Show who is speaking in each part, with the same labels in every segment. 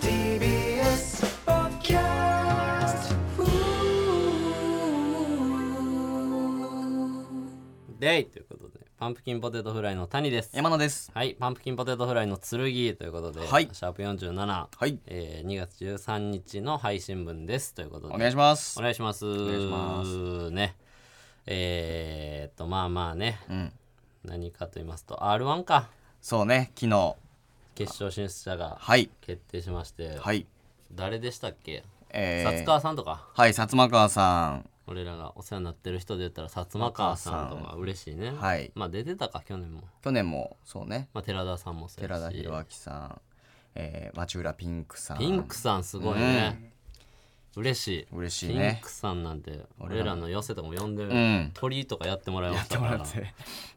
Speaker 1: TBS ポッドキャスト
Speaker 2: デイということでパンプキンポテトフライの谷です
Speaker 3: 山野です。
Speaker 2: はいパンプキンポテトフライの剣ということで、
Speaker 3: はい
Speaker 2: シャープ47、
Speaker 3: はい
Speaker 2: えー、2月13日の配信分ですということで
Speaker 3: お願いします
Speaker 2: お。願いしますお
Speaker 3: 願いします
Speaker 2: ねえー、っとまあまあね、
Speaker 3: ん
Speaker 2: 何かと言いますと r 1か
Speaker 3: そうね、昨日。
Speaker 2: 決勝進出者が
Speaker 3: はい。
Speaker 2: 決定しまして、
Speaker 3: はい。
Speaker 2: 誰でしたっけ
Speaker 3: え
Speaker 2: 薩川さんとか
Speaker 3: はい、薩摩川さん。
Speaker 2: 俺らがお世話になってる人で言ったら薩摩川さんとか嬉しいね
Speaker 3: はい
Speaker 2: まあ出てたか去年も、
Speaker 3: 去年も、そうね、
Speaker 2: まあ、寺田さんもそうや
Speaker 3: 寺田
Speaker 2: し
Speaker 3: 裕明さん。えー、町浦ピンクさん。
Speaker 2: ピンクさんすごいね、嬉しい
Speaker 3: 嬉しいね
Speaker 2: ピンクさんなんて俺らの寄せとかも呼んで、
Speaker 3: ん
Speaker 2: 鳥とかやってもらいましたから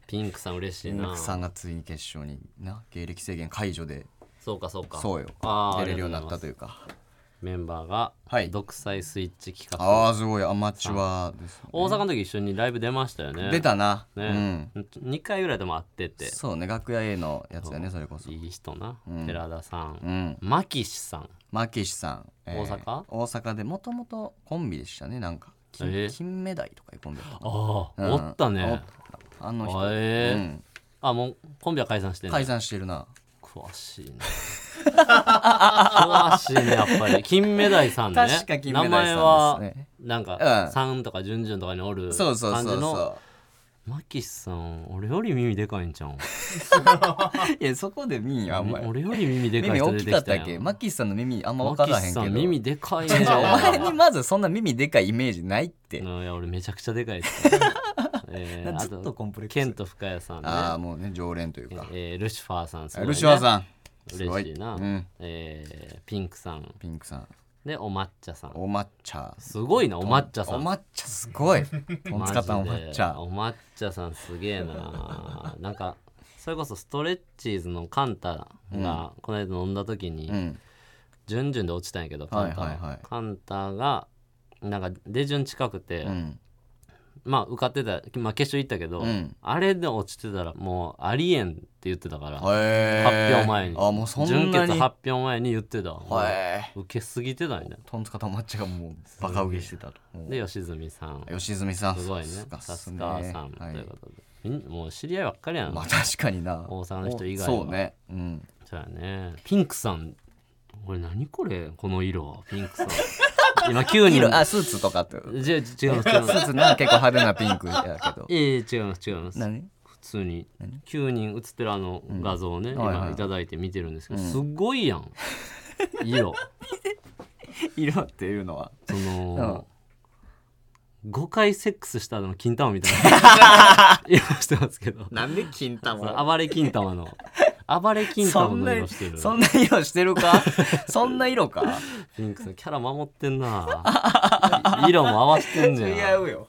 Speaker 2: ピンクさん嬉しい
Speaker 3: ピン
Speaker 2: な
Speaker 3: クさんがついに決勝にな、芸歴制限解除で、
Speaker 2: そうかそうか
Speaker 3: そうよ
Speaker 2: あ。ー
Speaker 3: 出れるようになっ
Speaker 2: ありが
Speaker 3: た
Speaker 2: と
Speaker 3: というか。
Speaker 2: メンバーが
Speaker 3: はい
Speaker 2: 独裁スイッチ企画、
Speaker 3: ああ、すごい、アマチュアですね。
Speaker 2: 大阪の時一緒にライブ出ましたよね
Speaker 3: 出たな。う
Speaker 2: ね
Speaker 3: ん。、
Speaker 2: 2回ぐらいでも会ってて
Speaker 3: そうね、楽屋 A のやつだね、それこそ。
Speaker 2: いい人な、寺田さ、
Speaker 3: うんん。
Speaker 2: マキシさん
Speaker 3: マキシさん。えー
Speaker 2: 大阪
Speaker 3: 大阪で、もともとコンビでしたね、なんか。金
Speaker 2: えー
Speaker 3: 金目鯛とかいうコンビだったかな
Speaker 2: ああ、
Speaker 3: うん
Speaker 2: おったね
Speaker 3: あの
Speaker 2: あ
Speaker 3: 人、
Speaker 2: えー
Speaker 3: うん
Speaker 2: あもうコンビは解散してんの
Speaker 3: 解散してるな
Speaker 2: 詳しいね詳しいねやっぱり金目鯛さんね
Speaker 3: 確か金目鯛さんですね
Speaker 2: 名前はなんか、
Speaker 3: うん
Speaker 2: さんとかじゅんじゅんとかにおる感じ
Speaker 3: そ
Speaker 2: の
Speaker 3: うそうそうそ
Speaker 2: マキシさん俺より耳でかいんちゃうん
Speaker 3: ういやそこで耳あんまり
Speaker 2: 俺より耳でかい
Speaker 3: 耳
Speaker 2: 人
Speaker 3: 大
Speaker 2: 出
Speaker 3: き
Speaker 2: て
Speaker 3: か
Speaker 2: き
Speaker 3: った
Speaker 2: た
Speaker 3: っ
Speaker 2: や
Speaker 3: け
Speaker 2: ん
Speaker 3: マッキーさんの耳あんま分
Speaker 2: マ
Speaker 3: か
Speaker 2: キ
Speaker 3: らへ
Speaker 2: シ
Speaker 3: んけ
Speaker 2: さ
Speaker 3: ど
Speaker 2: ん耳でかいね
Speaker 3: いや お前にまずそんな耳でかいイメージないって、
Speaker 2: うんいや俺めちゃくちゃでかいです からえー
Speaker 3: ずっとコンプレックス
Speaker 2: ケント深谷さんね
Speaker 3: ああもうね常連というか、
Speaker 2: えールシファーさんすごい、ね、
Speaker 3: ルシファーさんすご
Speaker 2: 嬉しいな、
Speaker 3: うん、
Speaker 2: えーピンクさん
Speaker 3: ピンクさん
Speaker 2: でお抹茶さん
Speaker 3: お抹茶
Speaker 2: すごいなお抹茶さ
Speaker 3: お
Speaker 2: ん
Speaker 3: 抹茶すごいとんつかったお抹茶
Speaker 2: マジでお抹茶さんすげえななんかそれこそストレッチーズのカンタがこの間飲んだ時に、
Speaker 3: うん
Speaker 2: ジュンジュンで落ちたんやけどカンタは,、
Speaker 3: はいはいはい
Speaker 2: カンタがなんか出順近くて、
Speaker 3: うん
Speaker 2: まあ受かってた、まあ、決勝行ったけど、
Speaker 3: うん
Speaker 2: あれで落ちてたらもうありえんって言ってたから、
Speaker 3: へ
Speaker 2: 発
Speaker 3: ー
Speaker 2: 表前に
Speaker 3: あもうそん
Speaker 2: 準
Speaker 3: な
Speaker 2: 決
Speaker 3: に
Speaker 2: 発表前に言ってた
Speaker 3: へ
Speaker 2: 受けすぎてたんだ
Speaker 3: ーとんつかたお抹茶がもうバカ受けしてたともう
Speaker 2: で吉住さん
Speaker 3: 吉住さん
Speaker 2: すごいね
Speaker 3: さ
Speaker 2: さ
Speaker 3: す
Speaker 2: す
Speaker 3: が
Speaker 2: が
Speaker 3: っすね
Speaker 2: さんと
Speaker 3: はい
Speaker 2: いうことで、みんもう知り合いばっかりやん、
Speaker 3: まあ確かにな
Speaker 2: 大阪の人以外は
Speaker 3: そうねうん
Speaker 2: そうやねピンクさんこれ何これこの色ピンクさん今急に
Speaker 3: 色あスーツとかって
Speaker 2: じゃ違う違う
Speaker 3: スーツな結構派手なピンクやけど
Speaker 2: いやいや違います違います
Speaker 3: 何
Speaker 2: 普通に9人写ってるあの画像をね、
Speaker 3: はいはい
Speaker 2: 今いただいて見てるんですけど、すごいやん色
Speaker 3: 色っていうのは
Speaker 2: その、5回セックスした後の金玉みたい な色してますけど
Speaker 3: なんで金
Speaker 2: その暴れ金玉の暴れ金
Speaker 3: そ
Speaker 2: 玉
Speaker 3: ん
Speaker 2: の
Speaker 3: な
Speaker 2: 色してる
Speaker 3: そんな色してる かそんな色か
Speaker 2: ピンクさんキャラ守ってんな色も合わせてんじゃん
Speaker 3: よ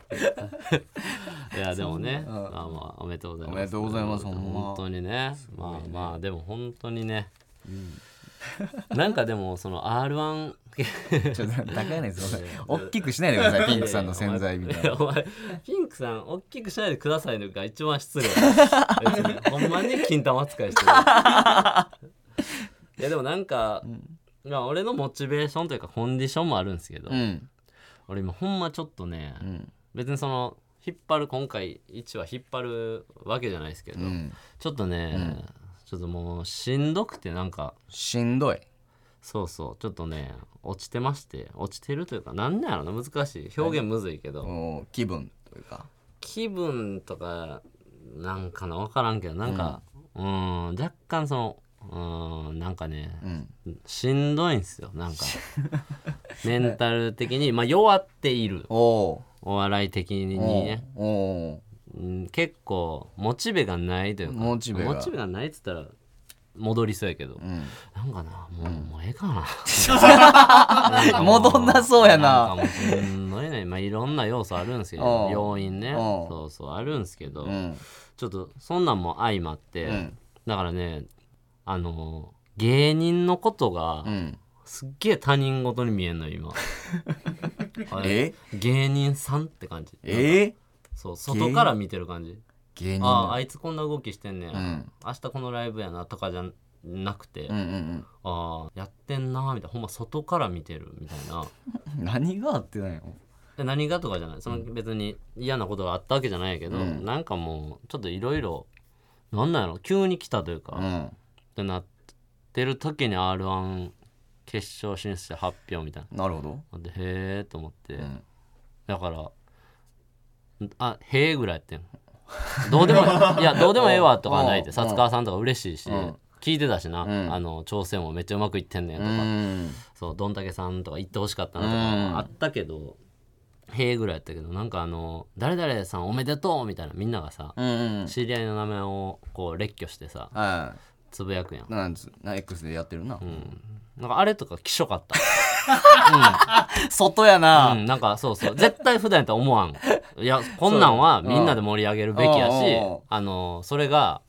Speaker 2: いやでもね、
Speaker 3: うん
Speaker 2: まあまあおめでとうございます。
Speaker 3: おめでとうございますほんま
Speaker 2: 本当にね、まあまあでも本当にね。なんかでもその R1
Speaker 3: ちょっと高柳さん大きくしないでくださいピンクさんの洗剤みたいな
Speaker 2: お前ピンクさん大きくしないでくださいのが一番失礼。 別にほんまに金玉扱いしてる。いやでもなんか、まあ俺のモチベーションというかコンディションもあるんですけど、
Speaker 3: うん
Speaker 2: 俺今ほんまちょっとね、
Speaker 3: うん
Speaker 2: 別にその引っ張る今回1は引っ張るわけじゃないですけど、
Speaker 3: うん
Speaker 2: ちょっとね、ちょっともうしんどくてなんか
Speaker 3: しんどい
Speaker 2: そうそうちょっとね落ちてまして落ちてるというかなんなんやろな難しい表現むずいけど、
Speaker 3: もう気分というか
Speaker 2: 気分とかなんかな分からんけどなんかうーん若干そのうーんなんかね、
Speaker 3: うん
Speaker 2: しんどいんすよなんか メンタル的にまあ弱っている
Speaker 3: おー
Speaker 2: お笑い的に
Speaker 3: お
Speaker 2: ね
Speaker 3: ーお
Speaker 2: うん結構モチベがないというか
Speaker 3: モチベが
Speaker 2: ないっつったら戻りそうやけど、
Speaker 3: ー
Speaker 2: なんかなもう,、もうええかな
Speaker 3: うん 戻んなそうやな
Speaker 2: な
Speaker 3: ん
Speaker 2: かもうしんどいね、まあ、いろんな要素あるんですけ
Speaker 3: う
Speaker 2: ど
Speaker 3: ん
Speaker 2: 要因ね
Speaker 3: ん
Speaker 2: そうそうあるんですけど、
Speaker 3: うん
Speaker 2: ちょっとそんなんも相まって、
Speaker 3: うん
Speaker 2: だからねあの芸人のことが
Speaker 3: うん
Speaker 2: すっげえ他人事に見えんの よ今あれ
Speaker 3: え
Speaker 2: 芸人さんって感じ
Speaker 3: えー
Speaker 2: そう外から見てる感じ
Speaker 3: 芸人
Speaker 2: ああ
Speaker 3: の
Speaker 2: あいつこんな動きしてんねや、
Speaker 3: うん
Speaker 2: 明日このライブやなとかじゃなくて、
Speaker 3: うんうん
Speaker 2: ああやってんなーみたいなほんま外から見てるみたいな
Speaker 3: うん何があってないの
Speaker 2: で何がとかじゃないその別に嫌なことがあったわけじゃないけど、
Speaker 3: うん
Speaker 2: なんかもうちょっといろいろなんなんやろ急に来たというか、
Speaker 3: う
Speaker 2: っ
Speaker 3: ん
Speaker 2: てなってる時に r 1決勝進出者発表みたい
Speaker 3: なるほど
Speaker 2: なでへえと思って、
Speaker 3: うん
Speaker 2: だからあへえぐらいやってん どうでもいいいやどうでもええわとかはないで
Speaker 3: うん
Speaker 2: 薩川さんとか嬉しいし、
Speaker 3: うん
Speaker 2: 聞いてたしな、
Speaker 3: うん
Speaker 2: あの調整もめっちゃうまくいってんねん
Speaker 3: う
Speaker 2: とか、
Speaker 3: ん
Speaker 2: そうどんたけさんとか行ってほしかったなと
Speaker 3: うん
Speaker 2: かあったけど、へえぐらいやったけどなんかあの「誰々さんおめでとう」みたいなみんながさ、
Speaker 3: うんうん
Speaker 2: 知り合いの名前をこう列挙してさ
Speaker 3: は
Speaker 2: つぶやくや
Speaker 3: い、
Speaker 2: ん
Speaker 3: なんつな X でやってるな、
Speaker 2: なんかあれとかきしょかっ
Speaker 3: 外や
Speaker 2: た、
Speaker 3: な、
Speaker 2: うん、なんかそうそう絶対普段やったら思わんいやこんなんは
Speaker 3: そう
Speaker 2: みんなで盛り上げるべき
Speaker 3: う
Speaker 2: やし
Speaker 3: んうん
Speaker 2: あのそれが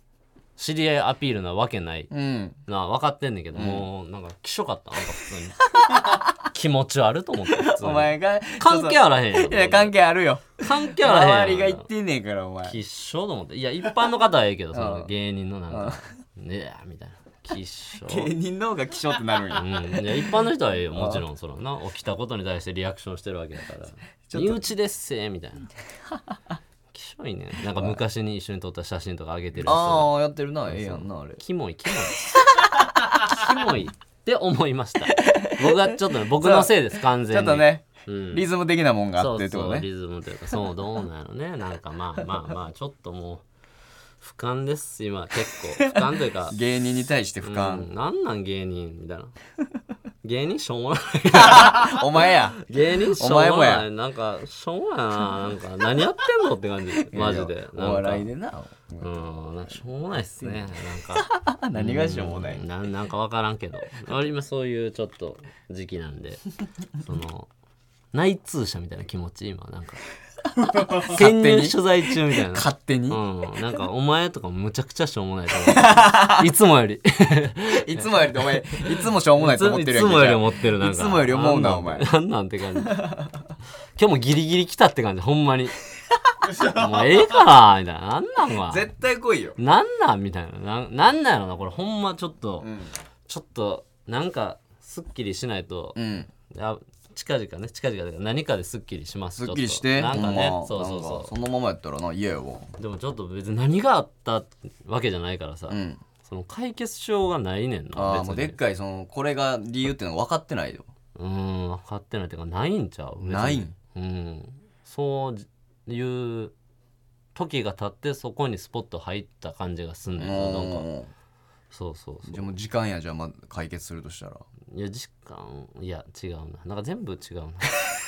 Speaker 2: 知り合いアピールなわけない
Speaker 3: うん、
Speaker 2: な分かってんねんけど、もうなんかきしょかったなんか普 通に気持ち悪いと思って普通に
Speaker 3: お前が
Speaker 2: 関係あらへんやん
Speaker 3: いや関係あるよ
Speaker 2: 関係あらへんやん
Speaker 3: 周りが言ってんねんからお前
Speaker 2: きっしょと思っていや一般の方はええけどそ
Speaker 3: うん
Speaker 2: の芸人のなんか「ねえ」みたいな「きっしょ」
Speaker 3: 芸人の方が気象ってなるん
Speaker 2: う
Speaker 3: や
Speaker 2: ん、いや一般の人はええよもちろんそのな起きたことに対してリアクションしてるわけだから「身内ですせ」みたいなきしょいねなんか昔に一緒に撮った写真とか上げてる人が
Speaker 3: ああやってるなええやんなあれ
Speaker 2: キモいキモいキモいって思いました僕はちょっとね僕のせいです完全
Speaker 3: ちょっ
Speaker 2: に
Speaker 3: とね、
Speaker 2: うん
Speaker 3: リズム的なもんがあってって
Speaker 2: そ
Speaker 3: こと
Speaker 2: うそう
Speaker 3: ね
Speaker 2: リズムというかそうどうなのね なんかまあまあまあちょっともう俯瞰です今結構俯瞰というか
Speaker 3: 芸人に対して 俯
Speaker 2: う
Speaker 3: 瞰、
Speaker 2: ん、なんなん芸人みたいな 芸人しょう もない
Speaker 3: お前や
Speaker 2: 芸人しょうも
Speaker 3: お前も
Speaker 2: な
Speaker 3: や
Speaker 2: いなんかしょうもないななんか何やってんのって感じ マジ
Speaker 3: いや
Speaker 2: で
Speaker 3: お笑い
Speaker 2: で
Speaker 3: でな
Speaker 2: うんなんかしょうもないっすねなんか
Speaker 3: あ何がしょうもない、
Speaker 2: んなんなんか分からんけどあ今そういうちょっと時期な んでその内通者みたいな気持ち今なんか 潜入取材中みたいな。
Speaker 3: 勝手に、
Speaker 2: うん、なんかお前とかむちゃくちゃしょうもない と思ういつもより
Speaker 3: いつもよりお前いつもしょうもない
Speaker 2: い
Speaker 3: と
Speaker 2: つ
Speaker 3: 思ってるやん
Speaker 2: いつもより
Speaker 3: も
Speaker 2: 思ってるなんか
Speaker 3: いつもより思うな
Speaker 2: あん
Speaker 3: お前
Speaker 2: なんなんて感じ今日もギリギリ来たって感じほ んまにもうええからみたいななんなんは
Speaker 3: 絶対来いよ、
Speaker 2: なんなんみたいななんなんなんやろなこれほんまちょっと、
Speaker 3: うん
Speaker 2: ちょっとなんかすっきりしないと、
Speaker 3: うん、
Speaker 2: あ近々ね近々だけど何かですっきりします
Speaker 3: すっきりして
Speaker 2: ちょっとなんかね
Speaker 3: ほんま
Speaker 2: そうそう
Speaker 3: なんか
Speaker 2: そ
Speaker 3: そのままやったらな嫌やわ
Speaker 2: うでもちょっと別に何があったわけじゃないからさ、
Speaker 3: うん
Speaker 2: その解決しようがないねんな
Speaker 3: ああ
Speaker 2: 別
Speaker 3: もう
Speaker 2: に
Speaker 3: でっかいそのこれが理由っていうのが分かってないよ
Speaker 2: うーん分かってないっていうかないんちゃう別に
Speaker 3: ないん
Speaker 2: うんそういう時が経ってそこにスポット入った感じがすんねんななんか
Speaker 3: うん
Speaker 2: そうそうそう
Speaker 3: じゃあもう時間やじゃあまず解決するとしたら
Speaker 2: いや時間いや違うななんか全部違う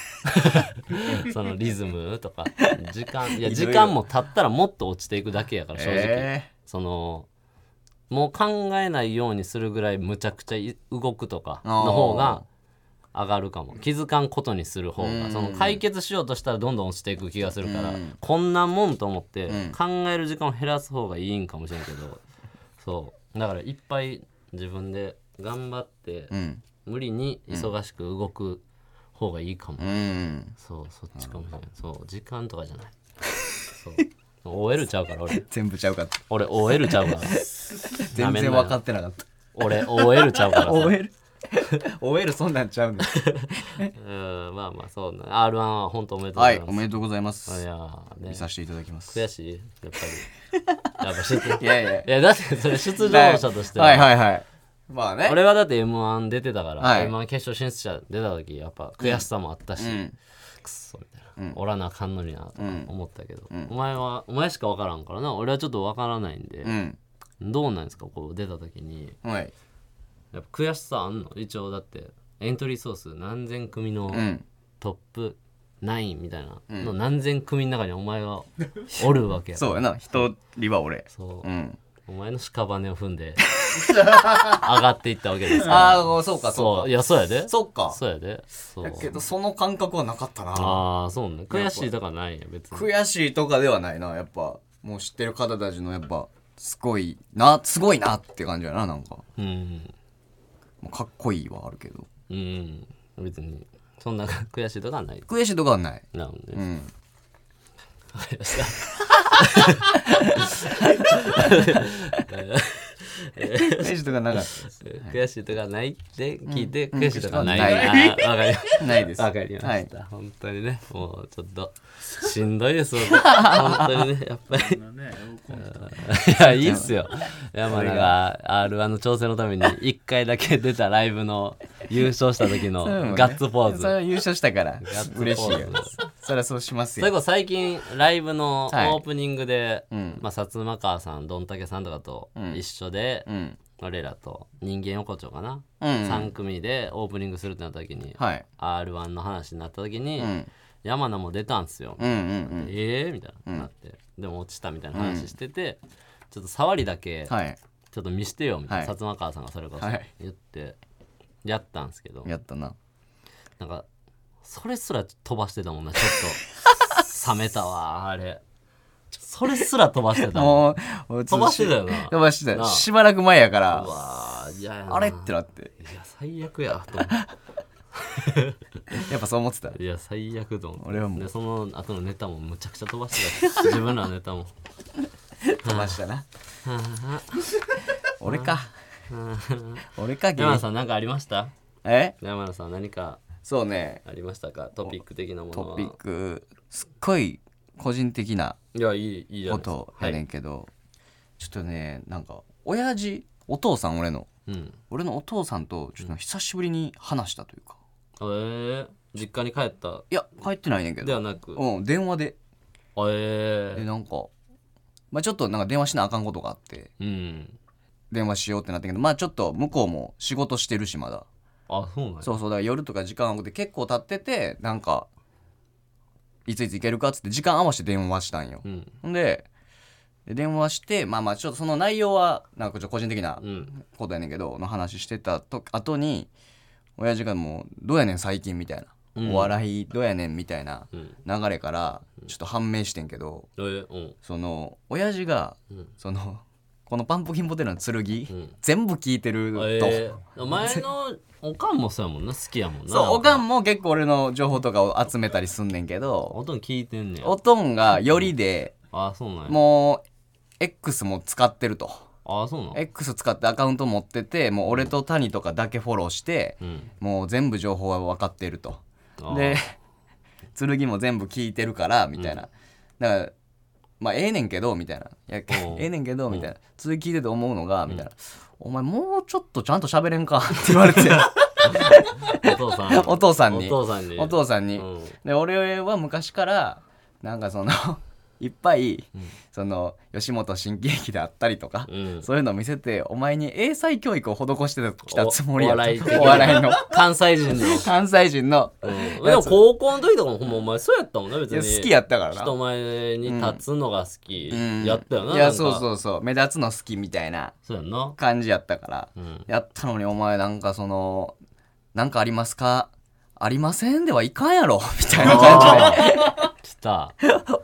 Speaker 2: なそのリズムとか時間
Speaker 3: い
Speaker 2: いや
Speaker 3: ろいろ
Speaker 2: 時間も経ったらもっと落ちていくだけやから正直、
Speaker 3: え
Speaker 2: そのもう考えないようにするぐらいむちゃくちゃい動くとかの方が上がるかも気づかんことにする方
Speaker 3: う
Speaker 2: が
Speaker 3: ん
Speaker 2: その解決しようとしたらどんどん落ちていく気がするから
Speaker 3: うん
Speaker 2: こんなもんと思って
Speaker 3: うん
Speaker 2: 考える時間を減らす方がいいんかもしれんけどそうだからいっぱい自分で頑張って
Speaker 3: ーうん
Speaker 2: 無理に忙しく動く方がいいかも
Speaker 3: うん
Speaker 2: そうそっちかもしれないそう時間とかじゃないそう OL ちゃうから俺
Speaker 3: 全部ちゃうかった
Speaker 2: 俺 OL ちゃうから
Speaker 3: 全然分かってなかった
Speaker 2: 俺 OL ちゃうからさ
Speaker 3: OL OL そんなんちゃうね ん
Speaker 2: うんまあまあそうね R1 は本当おめでとうご
Speaker 3: は
Speaker 2: ざい
Speaker 3: い
Speaker 2: ま
Speaker 3: お
Speaker 2: す、
Speaker 3: めでとうございます
Speaker 2: い、やーね
Speaker 3: 見させていただきます
Speaker 2: 悔しいやっ ぱりやっぱ出
Speaker 3: いやいや
Speaker 2: いやだってそれ出場者としては
Speaker 3: はいはいはいまあね
Speaker 2: 俺はだって m 1出てたから、
Speaker 3: はい
Speaker 2: m 1決勝進出者出た時やっぱ悔しさもあったし、
Speaker 3: うん
Speaker 2: くっそみたいな、おらなあかんのになとか思ったけど、
Speaker 3: ん
Speaker 2: お前はお前しか分からんからな俺はちょっと分からないんで
Speaker 3: う、ん
Speaker 2: どうなんですかこう出た時に
Speaker 3: はい
Speaker 2: やっぱ悔しさあんの一応だってエントリー総数何千組の
Speaker 3: うん
Speaker 2: トップ9みたいなの何千組の中にお前 がおるわけやから
Speaker 3: そうやな一人は俺
Speaker 2: そう
Speaker 3: うん
Speaker 2: お前の屍を踏 んで上がっていったわけですから
Speaker 3: ああそうか
Speaker 2: そ
Speaker 3: そうう
Speaker 2: いやそうやで
Speaker 3: かそうか
Speaker 2: そうやでそう
Speaker 3: だけどその感覚はなかったな
Speaker 2: ああそうね悔しいとかないよ別に
Speaker 3: 悔しいとかではないなやっぱもう知ってる方たちのやっぱすごいなすごいなって感じやななんか
Speaker 2: うん
Speaker 3: もうかっこいいはあるけど
Speaker 2: うん別にそんな悔しいとかはない
Speaker 3: 悔しいとかはない
Speaker 2: なので、
Speaker 3: うん
Speaker 2: わかりました
Speaker 3: 悔しいとかなかったです
Speaker 2: 悔しいとかないって聞いて、悔しいとかない
Speaker 3: うん
Speaker 2: な。あわかりました
Speaker 3: ないです
Speaker 2: わかりました、
Speaker 3: は
Speaker 2: 本当にね、もうちょっとしんどいです。本当にね、やっぱり。
Speaker 4: のね喜んでた
Speaker 2: いや、いいっすよ。いや、まあ、なんか、R1 の挑戦のために、一回だけ出たライブの優勝した時
Speaker 3: そういうのも
Speaker 2: の
Speaker 3: ね
Speaker 2: ガッツポーズ。
Speaker 3: それは優勝したから
Speaker 2: ツポーズ
Speaker 3: 嬉しいよそりゃそうします
Speaker 2: それ
Speaker 3: よ
Speaker 2: こそ最近ライブのオ
Speaker 3: はい
Speaker 2: ープニングで、
Speaker 3: うん
Speaker 2: まあ、薩摩川さんどんたけさんとかと
Speaker 3: うん
Speaker 2: 一緒で、
Speaker 3: うん
Speaker 2: 俺らと人間横丁かな、
Speaker 3: うんうん
Speaker 2: 3組でオープニングするってなった時に、
Speaker 3: はい、
Speaker 2: r 1の話になった時に、
Speaker 3: うん、
Speaker 2: 山名も出たんすよ、
Speaker 3: うんうん
Speaker 2: ええー、みたいななって、でも落ちたみたいな話してて、ちょっと触りだけ
Speaker 3: うんはい
Speaker 2: ちょっと見してよみたい
Speaker 3: はい
Speaker 2: な、薩摩川さんがそれこそ
Speaker 3: はい
Speaker 2: 言ってやったんですけど、
Speaker 3: やったな
Speaker 2: なんかそれすら飛ばしてたもんなちょっと冷めたわ あれそれすら飛ばしてたもん
Speaker 3: もう
Speaker 2: 飛ばしてたよな
Speaker 3: 飛ばしてた
Speaker 2: なあ
Speaker 3: よしばらく前やか
Speaker 2: う
Speaker 3: ら
Speaker 2: わー嫌やな
Speaker 3: あれってなって
Speaker 2: いや最悪やと思っ
Speaker 3: やっぱそう思ってた
Speaker 2: ていや最悪と思って
Speaker 3: 俺はもう
Speaker 2: でその後のネタもむちゃくちゃ飛ばしてた自分らの ネタも
Speaker 3: 飛ばしたな俺か俺かゲ
Speaker 2: 山田
Speaker 3: ー
Speaker 2: さん何かありました
Speaker 3: え
Speaker 2: 山田さん何か
Speaker 3: そうね
Speaker 2: ありましたかトピック的なもの
Speaker 3: ト
Speaker 2: は
Speaker 3: ピックすっごい個人的ない
Speaker 2: やいいいいじゃな
Speaker 3: こ
Speaker 2: いですか
Speaker 3: とやねんけど、ちょっとねなんか親父お父さん俺の
Speaker 2: はい、うん
Speaker 3: 俺のお父さんとちょっと久しぶりに話したというか、
Speaker 2: えー、実家に帰った
Speaker 3: いや帰ってないねんけ
Speaker 2: では
Speaker 3: ど
Speaker 2: なく、え
Speaker 3: うん電話でで
Speaker 2: え
Speaker 3: なんかまあちょっとなんか電話しなあかんことがあって
Speaker 2: うん
Speaker 3: 電話しようってなったけどまあちょっと向こうも仕事してるしまだ
Speaker 2: あそうなんや
Speaker 3: そうそうだから夜とか時間合わなくて結構経っててなんかいついつ行けるかっつって時間合わせて電話したんよ
Speaker 2: う、ん
Speaker 3: ほんでで電話してまあまあちょっとその内容はなんかちょっと個人的な
Speaker 2: うん
Speaker 3: ことやねんけどの話してたと後に親父がもう「どうやねん最近」みたいな、
Speaker 2: うん
Speaker 3: お笑いどうやねん」みたいな
Speaker 2: うん
Speaker 3: 流れからちょっと判明してんけど
Speaker 2: えー、うん
Speaker 3: その親父が
Speaker 2: うん
Speaker 3: そのこの「パンプキンポテトの剣」
Speaker 2: ん
Speaker 3: 全部聞いてると。
Speaker 2: えー、前のおかんもそうやもんな好きやもんな
Speaker 3: そう、おか
Speaker 2: も
Speaker 3: んも結構俺の情報とかを集めたりすんねんけど、
Speaker 2: 音聞いてんねや
Speaker 3: おとんがよりで、
Speaker 2: あそうなんや
Speaker 3: もう、X も使ってると。
Speaker 2: あそうなん
Speaker 3: X 使ってアカウント持ってて、もう俺と谷とかだけフォローして、
Speaker 2: うん
Speaker 3: もう全部情報は分かってると。
Speaker 2: あー
Speaker 3: で、 剣も全部聞いてるから、みたいな。だから、まあ、ええねんけど、みたいな。いやえ
Speaker 2: おう
Speaker 3: えねんけど、みたいな。続き聞いてて思うのが、みたいな。お前もうちょっとちゃんと喋れんか って言われ て、
Speaker 2: お父さん
Speaker 3: お父さんに
Speaker 2: お父さんに
Speaker 3: お父さんに。
Speaker 2: うん
Speaker 3: で俺は昔からなんかその いっぱい、その吉本新喜劇であったりとか、
Speaker 2: うん
Speaker 3: そういうのを見せてお前に英才教育を施してきたつもりや
Speaker 2: おお笑い的な
Speaker 3: お笑 いの
Speaker 2: 関西人 の、
Speaker 3: 関西人の、
Speaker 2: うん、でも高校の時とかもほんまお前そうやったもんな別
Speaker 3: い
Speaker 2: に
Speaker 3: や好きやったからな
Speaker 2: 人前に立つのが好き
Speaker 3: うん
Speaker 2: やったよな,、
Speaker 3: いやそう
Speaker 2: う
Speaker 3: そうそう目立つの好きみたいな
Speaker 2: そうやんな
Speaker 3: 感じやったから、
Speaker 2: うん
Speaker 3: やったのにお前なんかそのなんかありますかありませんではいかんやろ みたいな感じで
Speaker 2: 来た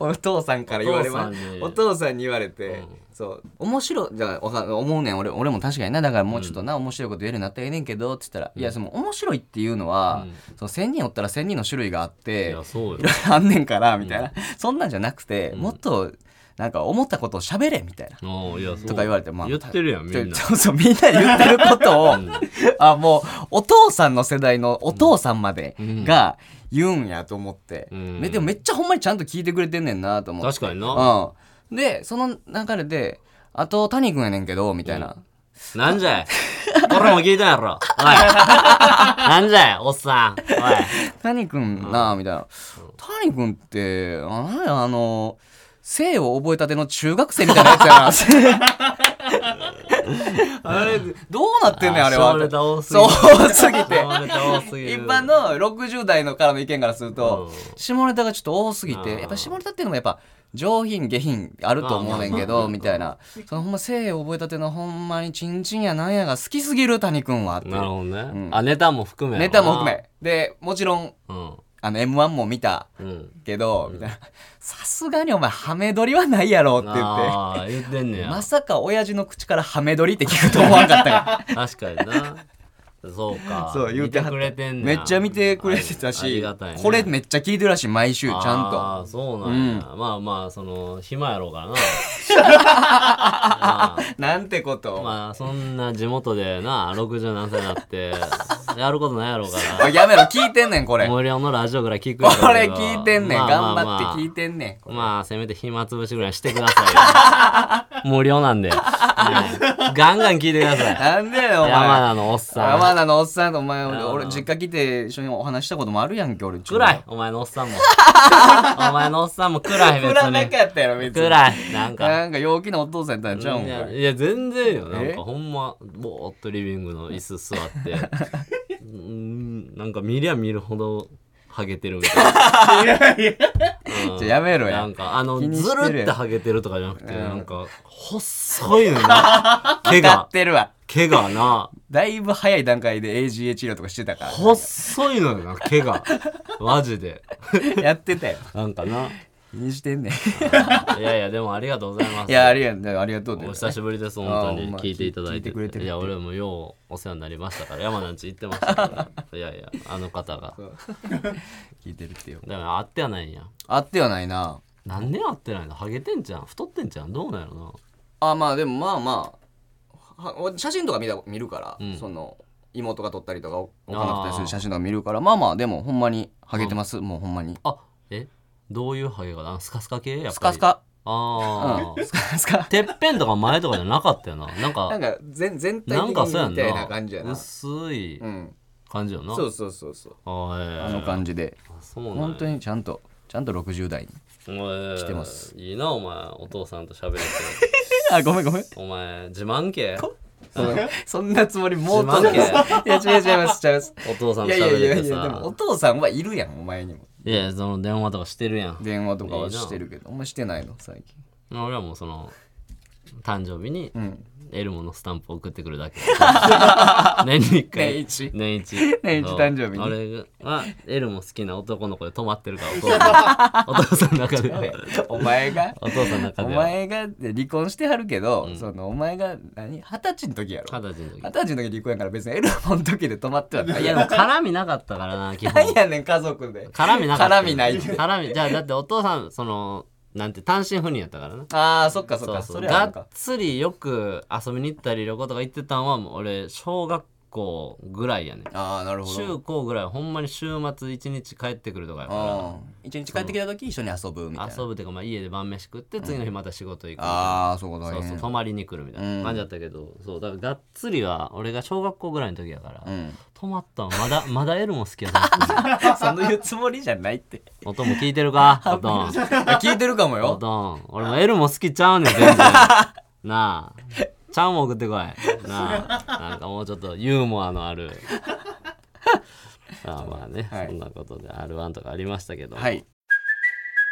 Speaker 3: お父さんから 言われま
Speaker 2: お父さんに
Speaker 3: お父さんに言われて、
Speaker 2: うん
Speaker 3: そう面白いじゃあわか思うねん俺俺も確かになだからもうちょっとな、面白いこと言えるようになったらええねんけどって言ったら、いやその面白いっていうのは、その1,000人おったら1,000人の種類があっ
Speaker 2: い
Speaker 3: ていろ
Speaker 2: やそう
Speaker 3: い
Speaker 2: よ
Speaker 3: ろあんねんからみたいな、そんなんじゃなくて、もっとなんか思ったことを喋れみたいな。
Speaker 2: おいやそう
Speaker 3: とか言われてまあ
Speaker 2: 言ってるやんみ
Speaker 3: ちょ
Speaker 2: んな
Speaker 3: そうそうみんな言ってることを、あもうお父さんの世代のお父さんまでが言うんやと思って、
Speaker 2: うん
Speaker 3: めでもめっちゃほんまにちゃんと聞いてくれてんねんなと思って
Speaker 2: 確かにな、
Speaker 3: うん、でその流れで「あと谷君やねんけど」みたいな、
Speaker 2: なんじゃいこれも聞いたやろ。 おい。なんじゃいおっさん。お
Speaker 3: 谷君なみたいな「谷君ってあなんやあの性を覚えたての中学生みたいなやつや な」 あれどうなってんねんあれは
Speaker 2: 下ネタ多すぎ
Speaker 3: そ
Speaker 2: る
Speaker 3: うすぎ
Speaker 2: い。
Speaker 3: て
Speaker 2: 下ネタ多すぎる
Speaker 3: 一般の60代のからの意見からすると、
Speaker 2: う
Speaker 3: 下ネタがちょっと多すぎて
Speaker 2: うん
Speaker 3: やっぱ下ネタっていうのもやっぱ上品下品あると思うねんけどみたいなそのほんま性覚えたてのほんまにチンチンやなんやが好きすぎる谷君はって
Speaker 2: なるほどね。
Speaker 3: ん
Speaker 2: あ、ネタも含め。
Speaker 3: ネタも含めでもちろん
Speaker 2: うん。
Speaker 3: あの m 1も見た
Speaker 2: うん。
Speaker 3: けど、みたいなさすがにお前ハメ撮りはないやろって言って。
Speaker 2: ああ、言 ってんねや
Speaker 3: ま。さか親父の口からハメ撮りって聞くと思わなかったから
Speaker 2: 確かにな。そうか
Speaker 3: そう言うては
Speaker 2: 見
Speaker 3: って
Speaker 2: くれてんね
Speaker 3: めっちゃ見てくれてた
Speaker 2: あり
Speaker 3: し、
Speaker 2: がたいね、
Speaker 3: これめっちゃ聞いてるらしい毎週ちゃん
Speaker 2: あ
Speaker 3: と
Speaker 2: あそうなんや、まあまあその暇やろうからなまあ
Speaker 3: なんてこと、
Speaker 2: まあそんな地元でな60何歳にな ってやることないやろうか
Speaker 3: おいやめろ聞いてんねんこれ
Speaker 2: ら
Speaker 3: こ
Speaker 2: 無料のラジオぐらい聞く
Speaker 3: れ聞いてんねん、頑張って聞い
Speaker 2: て
Speaker 3: てんねん、
Speaker 2: まあせめて暇つぶしぐらいしてくださ いよ無料なんで、ねガンガン聞いてください
Speaker 3: なんでよお前
Speaker 2: 山田のおっさん
Speaker 3: 山田のおっさんとお前
Speaker 2: 山田
Speaker 3: 俺実家来て一緒にお話したこともあるやんけ俺
Speaker 2: 暗いお前のおっさん もお前のおっさんも暗い別
Speaker 3: 暗な
Speaker 2: に
Speaker 3: かったやろ別に
Speaker 2: 暗いなんか
Speaker 3: なんか陽気なお父さんやったんちゃうん
Speaker 2: い
Speaker 3: か
Speaker 2: やいや全然よなん
Speaker 3: え
Speaker 2: かほんまぼーっとリビングの椅子座っ てうーんなんか見りゃ見るほどハゲてるみたい なうん
Speaker 3: じゃやめろ
Speaker 2: な
Speaker 3: や
Speaker 2: んかあの
Speaker 3: 気にして
Speaker 2: ず
Speaker 3: るやん
Speaker 2: るってハゲてるとかじゃなくて
Speaker 3: うん
Speaker 2: なんか 細いのな毛
Speaker 3: 当た
Speaker 2: が
Speaker 3: ってるわ
Speaker 2: 毛がな
Speaker 3: だいぶ早い段階で AGA 治療とかしてたか
Speaker 2: 細いのよな毛がマジで
Speaker 3: らやってたよ
Speaker 2: なんかな
Speaker 3: 気にしてんねん
Speaker 2: いやいやでもありがとうございま す
Speaker 3: いやありがとうありがとう
Speaker 2: お久しぶりです本当
Speaker 3: あほん
Speaker 2: に
Speaker 3: ま
Speaker 2: 聞いていただい
Speaker 3: 聞いて
Speaker 2: て
Speaker 3: くれてるって
Speaker 2: いや俺もようお世話になりましたから山田んち行ってましたから いやいやあの方がだか
Speaker 3: 聞いてるってよ
Speaker 2: ら会ってはないんや
Speaker 3: あってはないな
Speaker 2: 何年会ってないのハゲてんじゃん太ってんじゃんどうなんやろ
Speaker 3: あまあでもまあまあは俺写真とか見た見るから、
Speaker 2: うん
Speaker 3: その妹が撮ったりとかおおかんが撮ったりする写真とか見るからまあまあでもほんまにハゲてます、もうほんまに
Speaker 2: なあえどういうハゲがなスカスカ系やっぱり
Speaker 3: スカスカ
Speaker 2: ああ
Speaker 3: うんスカスカ
Speaker 2: てっぺんとか前とかじゃなかったよななん
Speaker 3: なん
Speaker 2: か
Speaker 3: か全全体
Speaker 2: なん
Speaker 3: 的
Speaker 2: かそうや
Speaker 3: に
Speaker 2: ん
Speaker 3: みたいな感じや
Speaker 2: な
Speaker 3: な
Speaker 2: 薄い
Speaker 3: うん
Speaker 2: 感じよな
Speaker 3: そうそうそうそう
Speaker 2: あーえー
Speaker 3: あの感じで
Speaker 2: そうなんや
Speaker 3: 本当にちゃんとちゃんと60代に
Speaker 2: 来
Speaker 3: てます
Speaker 2: いいなお前お父さんと喋れて
Speaker 3: あごめんごめん
Speaker 2: お前自慢系
Speaker 3: そのそんなつもりもう
Speaker 2: 自慢
Speaker 3: とい
Speaker 2: げ
Speaker 3: や違う違います違います
Speaker 2: お父さん
Speaker 3: い
Speaker 2: と
Speaker 3: やいや
Speaker 2: 喋
Speaker 3: い
Speaker 2: れ
Speaker 3: や
Speaker 2: て
Speaker 3: いやでもお
Speaker 2: さ
Speaker 3: 父さんはいるやんお前にも
Speaker 2: いやその電話とかしてるやん
Speaker 3: 電話とかはしてるけどお前して ないの最近
Speaker 2: 俺はもうその誕生日に
Speaker 3: うん
Speaker 2: エルモのスタンプ送ってく るだけ年に1回
Speaker 3: 年一
Speaker 2: 年一
Speaker 3: 年一
Speaker 2: そう
Speaker 3: 誕生日に
Speaker 2: 俺はエルモ好きな男の子で止まってるから お父さんお父さんの中で
Speaker 3: お前が
Speaker 2: お父さんの中
Speaker 3: お
Speaker 2: では
Speaker 3: 前が離婚してはるけど、そのお前が何二十歳の時やろ
Speaker 2: 二
Speaker 3: 二
Speaker 2: 十歳の時
Speaker 3: 十歳の時離婚やから別にエルモの時で止まってはない
Speaker 2: い
Speaker 3: や
Speaker 2: やでも絡みなかったからな基本
Speaker 3: 何やねん家族で
Speaker 2: 絡みなかった
Speaker 3: 絡みないって
Speaker 2: 絡みじゃあだってお父さんそのなんて単身赴任やったからな
Speaker 3: あーそっかそっ
Speaker 2: そう
Speaker 3: か
Speaker 2: そ
Speaker 3: そうれは
Speaker 2: が
Speaker 3: なん
Speaker 2: っ
Speaker 3: か
Speaker 2: つりよく遊びに行ったり旅行とか行ってたんはもう俺小学校ぐらいやねん
Speaker 3: ああなるほど
Speaker 2: 中高ぐらいほんまに週末一日帰ってくるとかやか
Speaker 3: あー一日帰ってきた時一緒に遊ぶみた
Speaker 2: ら
Speaker 3: いな
Speaker 2: 遊ぶてかまあ家で晩飯食って次の日また仕事行くみたいな
Speaker 3: ああそうだ
Speaker 2: そう
Speaker 3: ね
Speaker 2: そう泊まりに来るみたいな感じだったけどそうだからがっつりは俺が小学校ぐらいの時やから
Speaker 3: うん
Speaker 2: 泊まったんまだまだエルも好きや な
Speaker 3: その言うつもりじゃないって
Speaker 2: おとんも聞いて るかおとん
Speaker 3: 聞いてるかも
Speaker 2: お
Speaker 3: よ
Speaker 2: とん俺もエルも好きちゃうねん全 然なあちゃんも送ってこいなあなんかもうちょっとユーモアの あるまあまあね、
Speaker 3: はい
Speaker 2: そんなことで R1 とかありましたけど、
Speaker 3: はい、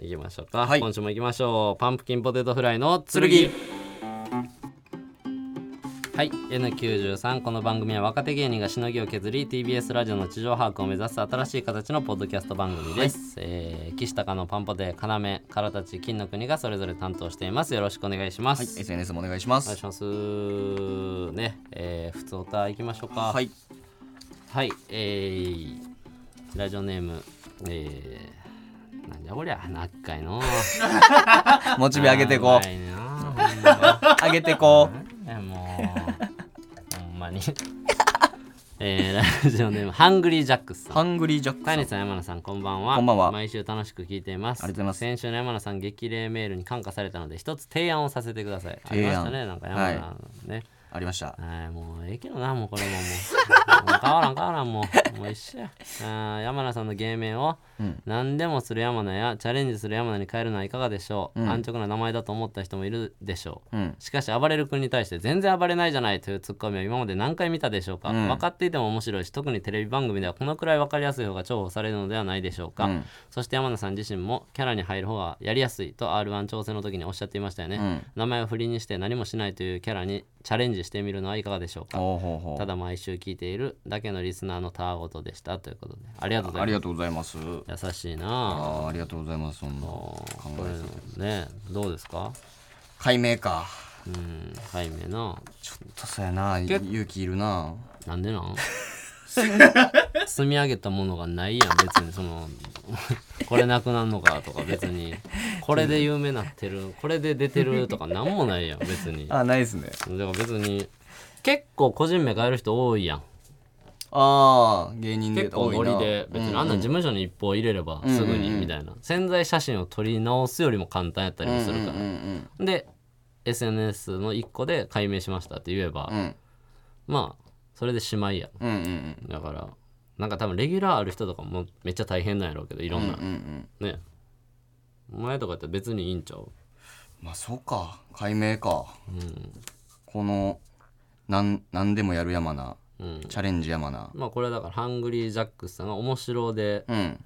Speaker 2: 行きましょうか、
Speaker 3: はい
Speaker 2: 今週も行きましょうパンプキンポテトフライの剣
Speaker 3: 剣
Speaker 2: はい N93 この番組は若手芸人がしのぎを削り TBS ラジオの地上把握を目指す新しい形のポッドキャスト番組です、えー岸高のパンポテ要からたち金の国がそれぞれ担当していますよろしくお願いします、
Speaker 3: はい、
Speaker 2: お
Speaker 3: SNS もお願いしま
Speaker 2: 願い
Speaker 3: す
Speaker 2: しますねえー、普通歌行きましょうか
Speaker 3: はい
Speaker 2: はい、えー、ラジオネーム、えー、なんじゃこりゃ、なっかいのう。
Speaker 3: モチベ上げてこ
Speaker 2: 長
Speaker 3: う
Speaker 2: いな
Speaker 3: 上げてこう
Speaker 2: ほんまえもう、ほんまに。えー、ラジオネーム、ハングリージャックスさ
Speaker 3: ハ
Speaker 2: ん。
Speaker 3: ングリージャック
Speaker 2: カ
Speaker 3: さ
Speaker 2: イ
Speaker 3: ん
Speaker 2: ネさん、山名さん、こんばんは。
Speaker 3: こんばんは
Speaker 2: 毎週楽しく聞いています。
Speaker 3: ありがとうございます
Speaker 2: 先週の山名さん、激励メールに感化されたので、一つ提案をさせてください。
Speaker 3: 提案
Speaker 2: ありましたね、なんか山名、
Speaker 3: は
Speaker 2: ね。
Speaker 3: ありました
Speaker 2: はい、もうええけどな、もうこれももう。もう変わらん変わらん、もう。もう一緒や。あー山名さんの芸名を、何でもする山名やチャレンジする山名に変えるのはいかがでしょう、安直な名前だと思った人もいるでしょう。しかし、暴れる君に対して全然暴れないじゃないというツッコミを今まで何回見たでしょうか、分かっていても面白いし、特にテレビ番組ではこのくらい分かりやすい方が重宝されるのではないでしょうか。そして山名さん自身も、キャラに入る方がやりやすいと R1 挑戦の時におっしゃっていましたよね。名前を振りにして何もしないというキャラにチャレンジしてみるのはいかがでしょうか
Speaker 3: ほうほうほう
Speaker 2: ただ毎週聞いているだけのリスナーのたわごとでしたということでありがとうござ
Speaker 3: あ
Speaker 2: い
Speaker 3: り
Speaker 2: ま
Speaker 3: がとうございます
Speaker 2: す優しいなあ
Speaker 3: あーありがとうございますそんな考え
Speaker 2: これねどうですか
Speaker 3: 解明か
Speaker 2: うん解明な
Speaker 3: ちょっとそうやな勇気いるな
Speaker 2: なんでなん積み上げたものがないやん別にその これなくなんのかとか別にこれで有名になってるこれで出てるとかなんもないやん別にだか
Speaker 3: あないですね
Speaker 2: ら別に結構個人名変える人多いやん
Speaker 3: ああ芸人で
Speaker 2: 結構ノリで
Speaker 3: 多い
Speaker 2: 別
Speaker 3: な
Speaker 2: にあんなん事務所に一報入れればすぐにみたいな潜在写真を撮り直すよりも簡単やったりもするからで SNS の1個で解明しましたって言えば
Speaker 3: ん
Speaker 2: まあそれでしまいや
Speaker 3: うんうんうん
Speaker 2: だからなんか多分レギュラーある人とかもめっちゃ大変なんやろうけどいろんな
Speaker 3: うんうん
Speaker 2: ねお前とかやったら別にいいんちゃう
Speaker 3: まあそうか解明か、このなん何でもやる山名、
Speaker 2: ん
Speaker 3: チャレンジ山名
Speaker 2: まあこれはだからハングリージャックスさんが面白で
Speaker 3: うん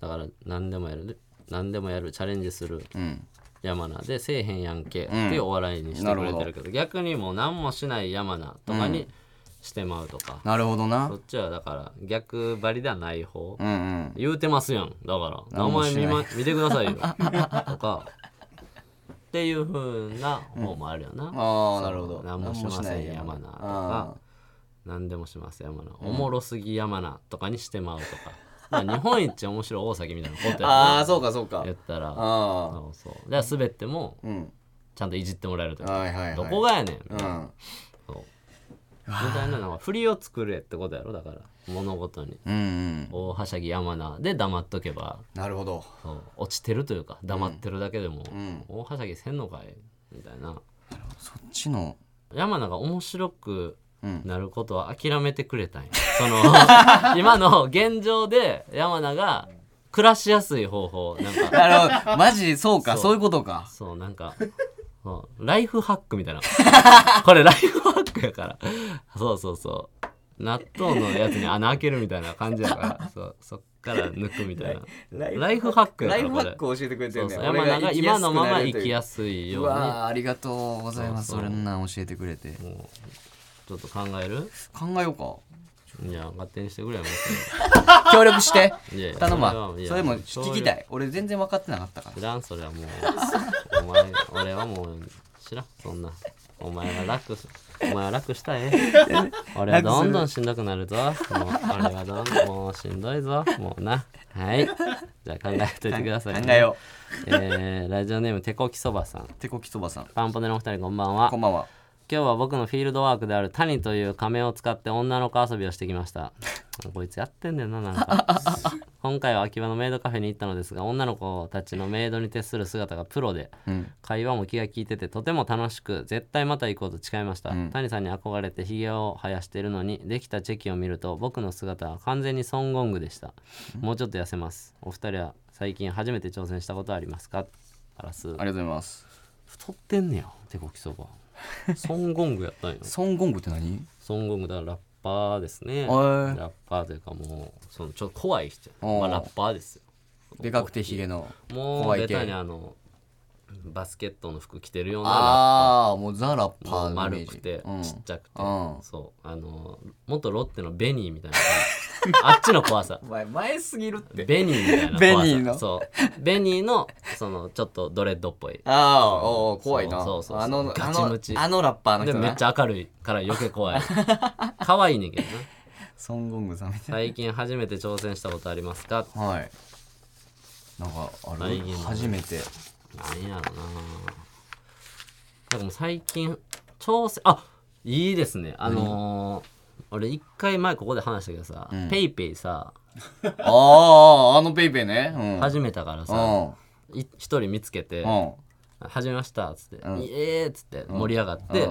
Speaker 2: だから何でもやるで何でもやるチャレンジする
Speaker 3: うん
Speaker 2: 山名でせえへんやんけっていうお笑いにしてくれてるけど,、逆にもう何もしない山名とかにしてまうとか、
Speaker 3: なるほど
Speaker 2: そ
Speaker 3: な
Speaker 2: っちはだから逆張りではない方、
Speaker 3: うんうん
Speaker 2: 言うてますやんだから名
Speaker 3: 何も
Speaker 2: 前
Speaker 3: しない
Speaker 2: 見,、ま、見てくださいよとかっていうふうな方もあるよな、
Speaker 3: ああなるほど
Speaker 2: 何もしません山名とか
Speaker 3: あ
Speaker 2: 何でもします山名おもろすぎ山名とかにしてまうとか、まあ日本一面白い大崎みたいなことや
Speaker 3: ー
Speaker 2: な
Speaker 3: あーそうかそうか
Speaker 2: 言ったら
Speaker 3: あ
Speaker 2: そうそうだから滑っても
Speaker 3: あうん
Speaker 2: ちゃんといじってもらえるというか
Speaker 3: はいはいはい
Speaker 2: どこがやねん
Speaker 3: うん
Speaker 2: そうみたいなのは振りを作れってことやろだから物事に
Speaker 3: うんうん
Speaker 2: 大はしゃぎ山名で黙っとけば
Speaker 3: なるほど
Speaker 2: そう落ちてるというか黙ってるだけでも、大はしゃぎせんのかいみたいな
Speaker 3: そっち の
Speaker 2: 山名が面白くなることは諦めてくれたんや、その今の 現状で山名が暮らしやすい方法なんか
Speaker 3: なるほどマジそうかそういうことか
Speaker 2: そうなんかそうライフハックみたいなこれライフハックやからそうそうそう納豆のやつに穴開けるみたいな感じやからそうそっから抜くみたいな
Speaker 3: ライフ
Speaker 2: ライフハックやか
Speaker 3: ラ
Speaker 2: ら
Speaker 3: イフハ
Speaker 2: こ
Speaker 3: ッ
Speaker 2: れ
Speaker 3: クを教えてくれて
Speaker 2: そ
Speaker 3: る
Speaker 2: う
Speaker 3: ね
Speaker 2: そう山名が今のまま生きや
Speaker 3: す
Speaker 2: すい
Speaker 3: い
Speaker 2: よ
Speaker 3: う
Speaker 2: うに
Speaker 3: わーありがとうございます
Speaker 2: そう
Speaker 3: そ
Speaker 2: そうん
Speaker 3: なん教えてくれて
Speaker 2: もうちょっと考える
Speaker 3: 考えようか
Speaker 2: いや勝手にしてくれよもう
Speaker 3: 協力して
Speaker 2: いやいや
Speaker 3: 頼む
Speaker 2: それは
Speaker 3: わそれも
Speaker 2: いやそういう
Speaker 3: 聞きたい俺全然分かってなかったから
Speaker 2: 知らんそれはもうお前俺はもう知らんそんなお前は楽しお前は楽した い俺はどんどんしんどくなるぞもう俺はどんどんもうしんどいぞもうなはいじゃあ考えといてください、ね、
Speaker 3: 考えよ
Speaker 2: えーラジオネームてこきそばさん
Speaker 3: う手こきそばさん
Speaker 2: パンポネのお二人こんばんは
Speaker 3: こんばんは
Speaker 2: 今日は僕のフィールドワークである谷という仮名を使って女の子遊びをしてきました こいつやってんだよななん か今回は秋葉のメイドカフェに行ったのですが女の子たちのメイドに徹する姿がプロで、会話も気が利いててとても楽しく絶対また行こうと誓いました、谷さんに憧れてひげを生やしているのにできたチェキを見ると僕の姿は完全にソン・ゴングでしたもうちょっと痩せますお二人は最近初めて挑戦したことはありますかあらす
Speaker 3: ありがとうございます
Speaker 2: 太ってんねや手こきそ ばソン・ゴングやったんや
Speaker 3: ソンゴングって何
Speaker 2: ソングもだからラッパーですね。ラ
Speaker 3: はい
Speaker 2: ッパーというかもうそのちょっと怖い人、
Speaker 3: おー
Speaker 2: まあ、ラッパーですよ。
Speaker 3: でかくてヒゲの
Speaker 2: も
Speaker 3: 怖
Speaker 2: う
Speaker 3: い
Speaker 2: ベ
Speaker 3: 系
Speaker 2: タにあのバスケットの服着てるようなラ
Speaker 3: ああもうザラッ
Speaker 2: ッパ
Speaker 3: パーの
Speaker 2: ー
Speaker 3: イメ
Speaker 2: 丸
Speaker 3: ージ
Speaker 2: くて
Speaker 3: うん
Speaker 2: ちっちゃくて、
Speaker 3: うん
Speaker 2: そうあの元ロッテのベニーみたいな あっちの怖さ。
Speaker 3: お前前すぎるって
Speaker 2: ベニーみたいな怖
Speaker 3: ベ
Speaker 2: さ。
Speaker 3: ニーの
Speaker 2: そうベニーのそのちょっとドレッドっぽい。
Speaker 3: ああおー怖いな
Speaker 2: そうそうそう
Speaker 3: あの
Speaker 2: ガチムチ
Speaker 3: あのあのラッパーの
Speaker 2: で
Speaker 3: 人
Speaker 2: めっ
Speaker 3: な
Speaker 2: ちゃ明るいから余計怖い。 可愛いねんけどな。
Speaker 3: ソンゴングさんみたい
Speaker 2: 最近初めて挑戦したことありますか？
Speaker 3: なはいなんかある
Speaker 2: 最近の
Speaker 3: 初めて
Speaker 2: なんやろななんかもう最近挑戦あいいですねあのー、俺一回前ここで話したけどさ、ペイペイさ
Speaker 3: あああのペイペイねうん
Speaker 2: 始めたからさ
Speaker 3: う
Speaker 2: い一人見つけて
Speaker 3: んうん
Speaker 2: 「始めました」っつって「イエーイ!」っつって盛り上がって、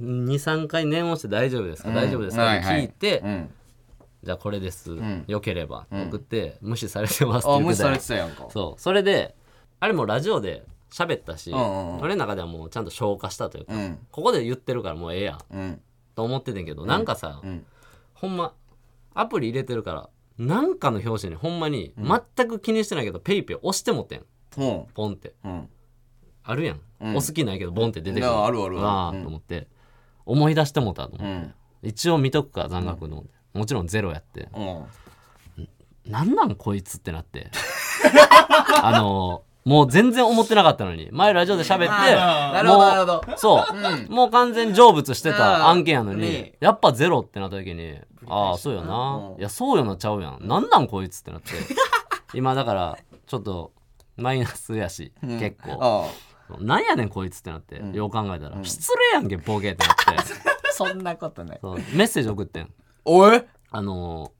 Speaker 2: 23回念押して大丈夫ですか、大丈夫ですか、
Speaker 3: はい
Speaker 2: って
Speaker 3: はい
Speaker 2: 聞いて、
Speaker 3: うん
Speaker 2: じゃあこれです、
Speaker 3: ん
Speaker 2: よければ送って、無視されてますって
Speaker 3: あ
Speaker 2: 言
Speaker 3: 無
Speaker 2: っ
Speaker 3: 視さ
Speaker 2: てた
Speaker 3: れ
Speaker 2: よ
Speaker 3: てたやんか
Speaker 2: そうそれであれもラジオで喋ったし、
Speaker 3: んうんうん
Speaker 2: 俺の中ではもうちゃんと消化したというか、
Speaker 3: うん
Speaker 2: ここで言ってるからもうええや
Speaker 3: うん
Speaker 2: と思っててんけど、なんかさ、
Speaker 3: ん
Speaker 2: ほんまアプリ入れてるからなんかの表紙にほんまに全く気にしてないけど、ペイペイ押してもってん
Speaker 3: ほ
Speaker 2: ポンって
Speaker 3: ううん
Speaker 2: あるやん、
Speaker 3: ん
Speaker 2: 押す気ないけどボンって出てくる
Speaker 3: なあるあるある
Speaker 2: あ
Speaker 3: うん
Speaker 2: と思って、思い出してもうたと思
Speaker 3: う
Speaker 2: って、
Speaker 3: ん
Speaker 2: 一応見とくか残額の、もちろんゼロやって、
Speaker 3: うん
Speaker 2: なんなんこいつってなって あのもう全然思ってなかったのに前ラジオで喋って
Speaker 3: なるほどなるほ
Speaker 2: もう
Speaker 3: ど
Speaker 2: そう、もう完全に成仏してた
Speaker 3: あー
Speaker 2: 案件やのに、
Speaker 3: ね
Speaker 2: やっぱゼロってなった時にああそうやな、
Speaker 3: うん
Speaker 2: いやそうよなちゃうやんなんなんこいつってなって 今だからちょっとマイナスやし、結構
Speaker 3: あ
Speaker 2: なんやねんこいつってなって、よう考えたら、失礼やんけボケってなって
Speaker 3: あそんなことない
Speaker 2: そうメッセージ送ってん
Speaker 3: おい
Speaker 2: あの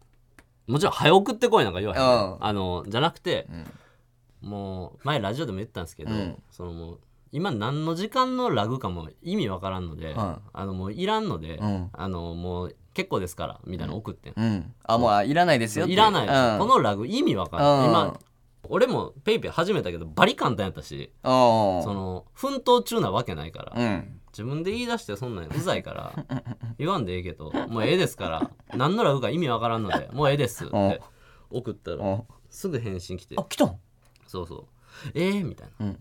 Speaker 2: ーもちろん早送ってこいなんか言わへん、
Speaker 3: うん
Speaker 2: あのーじゃなくて、もう前ラジオでも言ったんですけど、
Speaker 3: ん
Speaker 2: そのもう今何の時間のラグかも意味わからんので、
Speaker 3: は
Speaker 2: あのもういらんので、
Speaker 3: ん
Speaker 2: あのもう結構ですからみたいなの送ってん、
Speaker 3: うんあもういらないですよって
Speaker 2: いらないです、
Speaker 3: うん
Speaker 2: このラグ意味わからん、
Speaker 3: うん
Speaker 2: 今俺もペイペイ始めたけどバリ簡単やったし、
Speaker 3: そ
Speaker 2: その奮闘中なわけないから、
Speaker 3: うん
Speaker 2: 自分で言い出してそんなんうざいから言わんでええけどもうええですから何のラグか意味わからんのでもうええですって送ったら
Speaker 3: ん
Speaker 2: すぐ返信来て
Speaker 3: あ来たん
Speaker 2: そうそうええみたいな、
Speaker 3: うん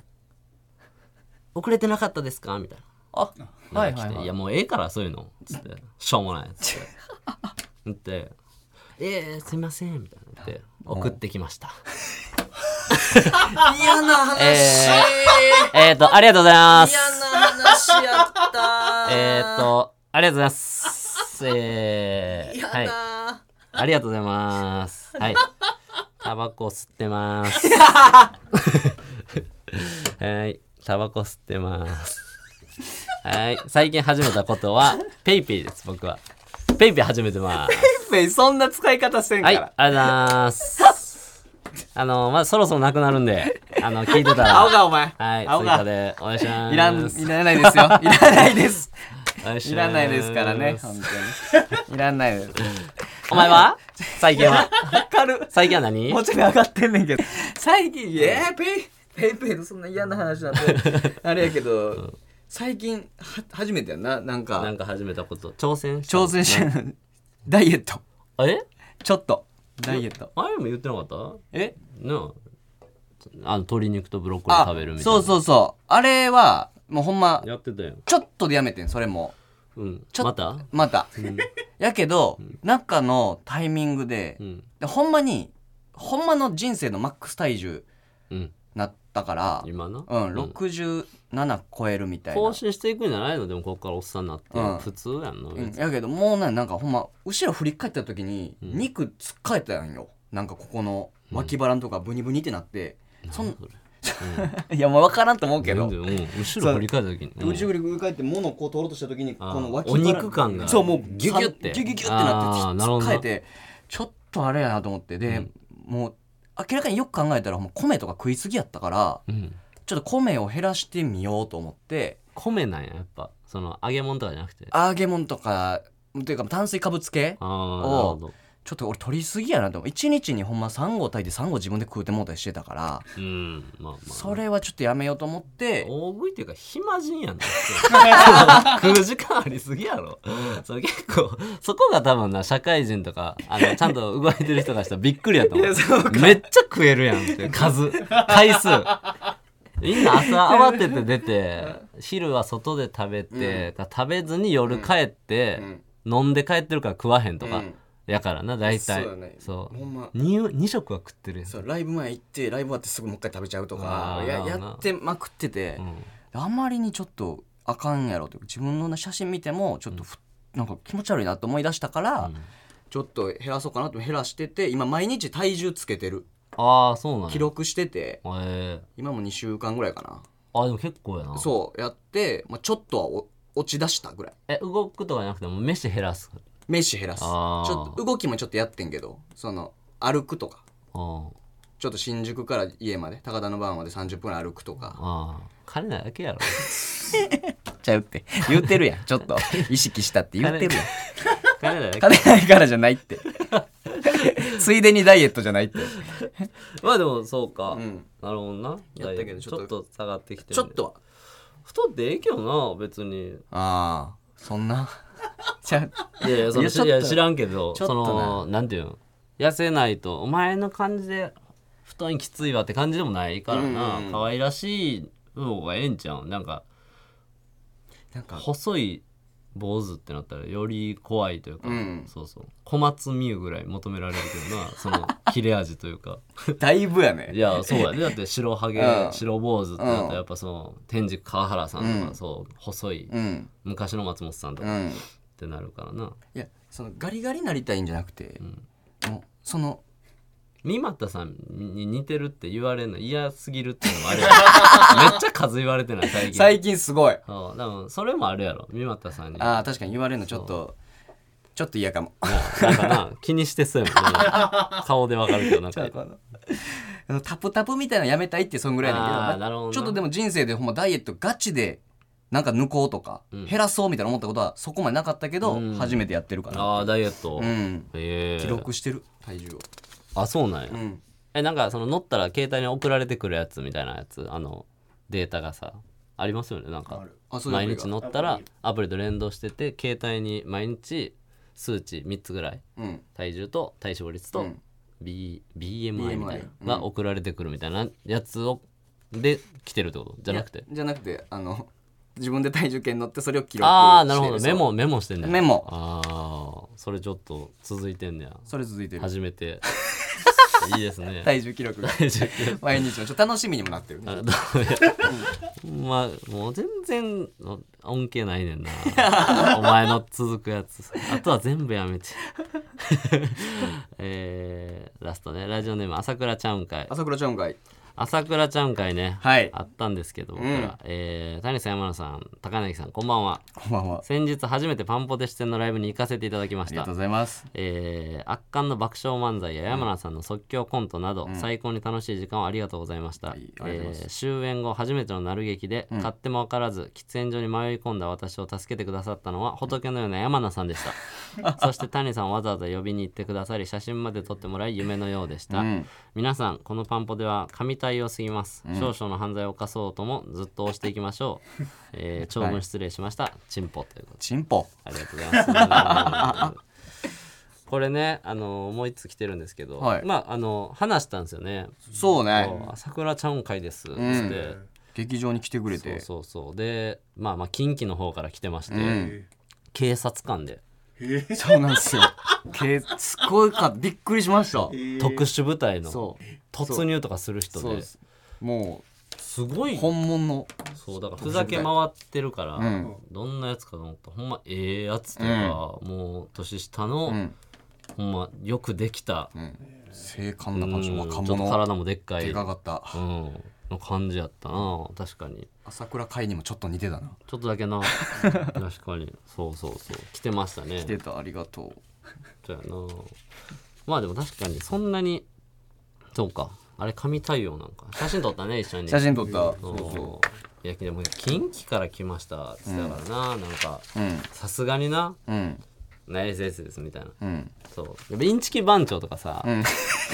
Speaker 2: 遅れてなかったですかみたい
Speaker 3: あ
Speaker 2: な
Speaker 3: はい
Speaker 2: 来
Speaker 3: は
Speaker 2: て
Speaker 3: い
Speaker 2: い
Speaker 3: はい
Speaker 2: やもうええからそういうのつってしょうもないつって言ってええすいませんみたいな言って送ってきました
Speaker 3: 嫌な話
Speaker 2: えっとありがとうございます
Speaker 3: 話やった
Speaker 2: えーっと、ありがとうございます。えー、はい。ありがとうございます。はい。タバコ吸って ます。はい。タバコ吸ってます。はい。最近始めたこ とは、ペイペイです、僕は。ペイペイ始めてます。
Speaker 3: ペイそんな使い方せんか
Speaker 2: はい。あり
Speaker 3: ら
Speaker 2: がとうございます。あの、まあ、そろそろなくなるんで、あの、聞いてたら。
Speaker 3: 青がお前
Speaker 2: はい。
Speaker 3: 青
Speaker 2: 追加
Speaker 3: が
Speaker 2: でお願いします。
Speaker 3: いらんいらないです よいらないです
Speaker 2: お願いします
Speaker 3: いらないですからね本当にいらないです
Speaker 2: お前は最近は
Speaker 3: わかる
Speaker 2: 最近は何
Speaker 3: もうちょい上がってんねんけど 最近いやーペイペイペイのそんな嫌な話 なんてあれやけど最近は初めてやんななん
Speaker 2: な
Speaker 3: か
Speaker 2: んか始めたこと挑戦した
Speaker 3: 挑戦してるダイエット
Speaker 2: え
Speaker 3: ちょっとダイエット
Speaker 2: 前も言ってなかった
Speaker 3: え
Speaker 2: なああの鶏肉とブロッコリー
Speaker 3: あ
Speaker 2: 食べるみたいな
Speaker 3: そうそうそうあれはもうほんま
Speaker 2: やってたよ
Speaker 3: ちょっとでやめてんそれも
Speaker 2: うん
Speaker 3: ちょっ
Speaker 2: また
Speaker 3: またやけど中のタイミングで
Speaker 2: うん
Speaker 3: でほんまにほんまの人生のマックス体重
Speaker 2: うん
Speaker 3: なったから
Speaker 2: 今な
Speaker 3: うん67超えるみたいな
Speaker 2: 更新していくんじゃないのでもここからおっさんになって、
Speaker 3: うん
Speaker 2: 普通やんな、
Speaker 3: うん
Speaker 2: 別に
Speaker 3: やけどもうななんかほんま後ろ振り返った時に肉つっかえたんよなんかここの脇腹のとかブニブニってなって、そん いやもう分からんと思うけど
Speaker 2: 全然うん後ろ振り返った時にうん
Speaker 3: 後ろ振り返って物をこう取ろうとした時にこ
Speaker 2: あー
Speaker 3: の脇
Speaker 2: お
Speaker 3: 腹
Speaker 2: 肉感が
Speaker 3: そうもう
Speaker 2: ギュギュって
Speaker 3: ギュギュギュってな
Speaker 2: あー
Speaker 3: って
Speaker 2: な
Speaker 3: つ
Speaker 2: るほ
Speaker 3: っ
Speaker 2: どな
Speaker 3: かえてちょっとあれやなと思ってで、もう明らかによく考えたらもう米とか食いすぎやったから
Speaker 2: うん
Speaker 3: ちょっと米を減らしてみようと思って
Speaker 2: 米なんややっぱその揚げ物とかじゃなくてあ
Speaker 3: 揚げ物とかっていうか炭水化物系
Speaker 2: あーなるほど
Speaker 3: ちょっと俺取りすぎやなと思う1日にほんま3合炊いて3合自分で食うてもうたりしてたから
Speaker 2: うんまあまあ
Speaker 3: それはちょっとやめようと思って
Speaker 2: 大食いっていうか暇人やなその食う時間ありすぎやろそれ結構そこが多分な社会人とかあのちゃんと動いてる人がしたらびっくりやと思うめっちゃ食えるやんって数回数みんな朝慌てて出て昼は外で食べて、か食べずに夜帰って、飲んで帰ってるから食わへんとか、
Speaker 3: うん
Speaker 2: やからな大体
Speaker 3: そうやね
Speaker 2: そう
Speaker 3: ほんま
Speaker 2: 2, 食は食ってるやん
Speaker 3: そうライブ前行ってライブ終わってすぐもう一回食べちゃうと
Speaker 2: あ
Speaker 3: か
Speaker 2: ー
Speaker 3: や
Speaker 2: なる
Speaker 3: や
Speaker 2: ほどな
Speaker 3: ってまくってて、
Speaker 2: ん
Speaker 3: あまりにちょっとあかんやろというか自分の写真見てもちょっとふ、なんか気持ち悪いなと思い出したから、ちょっと減らそうかなと減らしてて今毎日体重つけてる
Speaker 2: ああそうなんや
Speaker 3: 記録してて
Speaker 2: へえ
Speaker 3: 今も2週間ぐらいかな
Speaker 2: あでも結構やな
Speaker 3: そうやって、まあ、ちょっとはお落ち出したぐらい
Speaker 2: え動くとかじゃなくてもう飯減らす
Speaker 3: 飯減らすち
Speaker 2: あー
Speaker 3: ょっと動きもちょっとやってんけどその歩くとか
Speaker 2: あ
Speaker 3: ちょっと新宿から家まで高田のバーまで30分歩くとか
Speaker 2: あ金ないだけやろ
Speaker 3: ちゃうって言ってるやんちょっと意識したって言ってるやん
Speaker 2: 金だよね
Speaker 3: 金ないからじゃないってついでにダイエットじゃないって
Speaker 2: まあでもそうか、
Speaker 3: ん
Speaker 2: なるほどな
Speaker 3: やったけど
Speaker 2: ち
Speaker 3: ち
Speaker 2: ょ
Speaker 3: ょ
Speaker 2: っ
Speaker 3: っと
Speaker 2: と下がってきてる
Speaker 3: ちょっとは
Speaker 2: 太ってええけどな 別に
Speaker 3: ああそんなじゃあ
Speaker 2: いやいやその
Speaker 3: いやちょっ
Speaker 2: い
Speaker 3: と
Speaker 2: や知らんけど
Speaker 3: ちょっ
Speaker 2: そ
Speaker 3: とな
Speaker 2: のなんていうん痩せないとお前の感じで太いんきついわって感じでもないからな、
Speaker 3: うん
Speaker 2: 可愛らしい方がええんちゃうんなんか
Speaker 3: なんか
Speaker 2: 細い坊主ってなったらより怖いというか、
Speaker 3: うん
Speaker 2: そうそう小松美優ぐらい求められるけどな その切れ味というか
Speaker 3: だいぶやね
Speaker 2: いやそうやねだって白ハゲ、
Speaker 3: うん
Speaker 2: 白坊主ってなったらやっぱその天竺川原さんとか、
Speaker 3: うん
Speaker 2: そう細い、
Speaker 3: うん
Speaker 2: 昔の松本さんと
Speaker 3: う
Speaker 2: かっ
Speaker 3: ん
Speaker 2: てなるからな、
Speaker 3: いやそのガリガリなりたいんじゃなくて、
Speaker 2: ん
Speaker 3: もうその
Speaker 2: 三股さんに似てるって言われるの嫌すぎるっていうのもあるや ろめっちゃ数言われてない最近
Speaker 3: 最近すごい
Speaker 2: そうだからそれもあるやろ三股さんに
Speaker 3: ああ確かに言われるのちょっとちょっと嫌かも
Speaker 2: なんかな気にしてそうやもんね顔でわかるけどなん か
Speaker 3: あのタプタプみたいなのやめたいってそんぐらいだけど
Speaker 2: あー
Speaker 3: まあ
Speaker 2: なるほどな
Speaker 3: ちょっとでも人生でほんまダイエットガチでなんか抜こうとか、減らそうみたいな思ったことはそこまでなかったけど、
Speaker 2: うん
Speaker 3: 初めてやってるかな
Speaker 2: ああダイエット、
Speaker 3: う
Speaker 2: へ
Speaker 3: ん
Speaker 2: え
Speaker 3: 記録してる体重を
Speaker 2: あそうなんや、
Speaker 3: うん
Speaker 2: えなんかその乗ったら携帯に送られてくるやつみたいなやつあのデータがさありますよねなんか
Speaker 3: あそういうアプ
Speaker 2: 毎
Speaker 3: リが
Speaker 2: 日乗ったらアプリと連動してて携帯に毎日数値3つぐらい
Speaker 3: うん
Speaker 2: 体重と体脂肪率と
Speaker 3: ん
Speaker 2: B、BMI みたいな
Speaker 3: BMI うん
Speaker 2: が送られてくるみたいなやつをで来てるってことじゃなくて
Speaker 3: じゃなくてあの自分で体重計に乗ってそれを記録してる
Speaker 2: ああなるほど
Speaker 3: そう
Speaker 2: メモメモしてんね
Speaker 3: メモ
Speaker 2: ああそれちょっと続いてんねや
Speaker 3: それ続いてる
Speaker 2: 初め ていいですね
Speaker 3: 体重記録が毎日のちょっと楽しみにもなってるね
Speaker 2: あどうやまあもう全然の恩恵ないねんな お前の続くやつあとは全部やめて えー、ラストねラジオネーム朝倉ちゃうんかい
Speaker 3: 朝倉ちゃん会
Speaker 2: 朝倉ちゃうんかいね、
Speaker 3: はい
Speaker 2: あったんですけど僕ら、えー谷さん山野さん高柳さんこんばんは
Speaker 3: こんばんはあ
Speaker 2: 先日初めてパンポテ出演のライブに行かせていただきまし
Speaker 3: りが
Speaker 2: た
Speaker 3: とうございます
Speaker 2: えー圧巻の爆笑漫才や山名さんの即興コントなど、最高に楽しい時間をありがとうございました、
Speaker 3: いありがとうございま
Speaker 2: えー終演後初めてのなる劇で、買っても分からず喫煙所に迷い込んだ私を助けてくださったのは仏のような山名さんでした そして谷さんをわざわざ呼びに行ってくださり写真まで撮ってもらい夢のようでした、皆さんこのパンポでは神対応すぎます、少々の犯罪を犯そうともずっと押していきましょう、えー長文失礼しました、チンポということで
Speaker 3: チンポ
Speaker 2: ありがとうございます。これね、あのもう一つ来てるんですけど、
Speaker 3: はい
Speaker 2: まああの話したんですよね。
Speaker 3: そうね
Speaker 2: そう朝倉ちゃん会ですっつって、
Speaker 3: 劇場に来てくれて
Speaker 2: そうそうそうで、まあまあ近畿の方から来てまして、警察官で
Speaker 3: そうなんですよけすごいかびっくりしました
Speaker 2: 特殊部隊の
Speaker 3: そう
Speaker 2: 突入とかする人
Speaker 3: そう
Speaker 2: で
Speaker 3: ですすも
Speaker 2: ご
Speaker 3: う
Speaker 2: い
Speaker 3: 本物の
Speaker 2: そうだからふざけ回ってるから、どんなやつかと思ったらほんまええやつとか、もう年下の、
Speaker 3: ん
Speaker 2: ほんまよくできた、
Speaker 3: 精悍な
Speaker 2: うん
Speaker 3: 感じ
Speaker 2: ちょ
Speaker 3: 若
Speaker 2: っと
Speaker 3: 者
Speaker 2: 体もでっかい
Speaker 3: でかかった
Speaker 2: うん、の感じやったな確かに
Speaker 3: 朝倉海にもちょっと似てたな
Speaker 2: ちょっと だけな確かにそうそうそう来てましたね
Speaker 3: 似てたありがとう
Speaker 2: そうやなまあでも確かにそんなにそうかあれ神対応なんか写真撮ったね一緒に
Speaker 3: 写真撮った
Speaker 2: そ
Speaker 3: そうう
Speaker 2: そ
Speaker 3: そう
Speaker 2: いやでも近畿から来ましたっつってたからな、なんか
Speaker 3: うん
Speaker 2: さすがにな
Speaker 3: うん
Speaker 2: 「ナイスです」みたいな
Speaker 3: うん
Speaker 2: そうでインチキ番長とかさ、